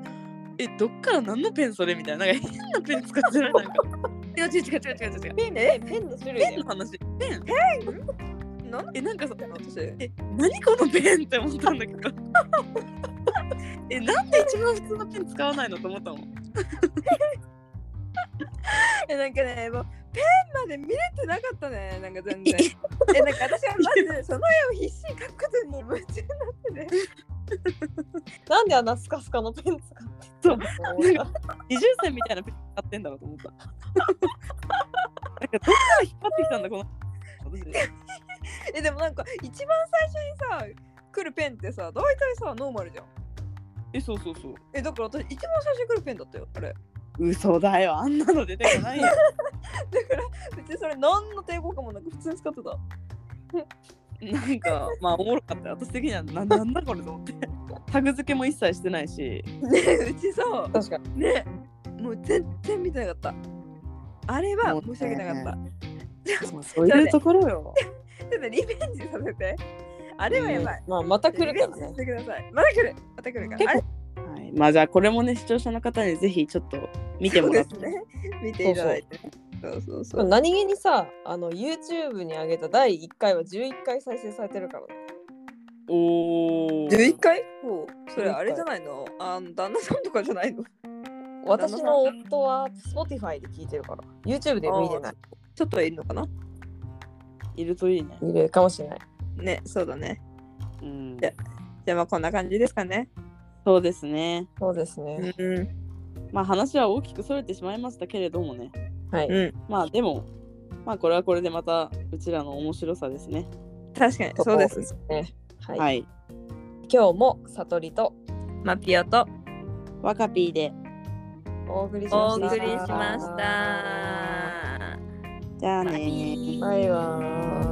[SPEAKER 1] えどっから何のペンそれみたいななんか変なペン使ってないなんか いや違う違う違う違う違う
[SPEAKER 2] ペンねペンの種類
[SPEAKER 1] ペン
[SPEAKER 2] ね
[SPEAKER 1] の話ペン
[SPEAKER 3] なんだ
[SPEAKER 1] えなんかさ
[SPEAKER 3] 私
[SPEAKER 1] え何このペンって思ったんだけど えなんで一番普通のペン使わないのと思ったもん
[SPEAKER 3] えなんかねもうペンまで見れてなかったねなんか 全然えなんか私はまずその絵を必死に描くことに夢中になってて
[SPEAKER 2] なんであんなスカスカのペン使って
[SPEAKER 1] そう
[SPEAKER 2] たの思った
[SPEAKER 1] 二重線みたいなペン使ってんだろうと思った。なんかどっから引っ張ってきたんだこの私
[SPEAKER 3] えでもなんか一番最初にさ来るペンってさ大体さノーマルじゃん
[SPEAKER 1] えそうそうそう。
[SPEAKER 3] えだから私一番最初に来るペンだったよあれ
[SPEAKER 1] 嘘だよあんなの出てこないよ。
[SPEAKER 3] だから別にそれ何の抵抗感もなく普通に使ってた
[SPEAKER 1] なんかまあおもろかったよ私的にはななんだこれと思って。タグ付けも一切してないし。
[SPEAKER 3] ねえうちさ
[SPEAKER 2] 確かに
[SPEAKER 3] ねもう全然見てなかったあれは申し訳なかった、
[SPEAKER 1] まあそう
[SPEAKER 3] いう
[SPEAKER 1] ところよ。
[SPEAKER 3] ちょっとリベンジさせてあれはやばい、
[SPEAKER 2] まあまた来るから
[SPEAKER 3] リベンジ
[SPEAKER 2] ね
[SPEAKER 3] してくださいまた来るまた来るから
[SPEAKER 1] 結構はい。まあじゃあこれもね視聴者の方にぜひちょっと見てもらって。
[SPEAKER 3] そうですね。見ていただいて。そうそうそう。
[SPEAKER 2] 何気にさあの YouTube に上げた第1回は11回再生されてるからね
[SPEAKER 1] おお。
[SPEAKER 3] 11回こうそれあれじゃないのあの旦那さんとかじゃないの
[SPEAKER 2] 私の夫は Spotify で聞いてるから YouTube で見てない
[SPEAKER 3] ちょっといるのかない
[SPEAKER 1] るといいね。
[SPEAKER 2] 見れるかもしれない
[SPEAKER 3] ね、そうだね。
[SPEAKER 1] うん。
[SPEAKER 3] じゃあまあこんな感じですかね。
[SPEAKER 1] そうですね。
[SPEAKER 2] そうですね
[SPEAKER 3] うん。
[SPEAKER 1] まあ話は大きくそれてしまいましたけれどもね。
[SPEAKER 2] はい、
[SPEAKER 3] うん。
[SPEAKER 1] まあでも、まあこれはこれでまたうちらの面白さですね。
[SPEAKER 3] 確かに、そうです。
[SPEAKER 2] ねはい、
[SPEAKER 1] はい。
[SPEAKER 2] 今日も悟りと
[SPEAKER 3] マピオと
[SPEAKER 1] ワカピーで。
[SPEAKER 2] お送りしま
[SPEAKER 3] お
[SPEAKER 2] し
[SPEAKER 3] 送
[SPEAKER 2] た
[SPEAKER 3] りしました。
[SPEAKER 1] じゃあね
[SPEAKER 3] バイビー
[SPEAKER 2] バイバイ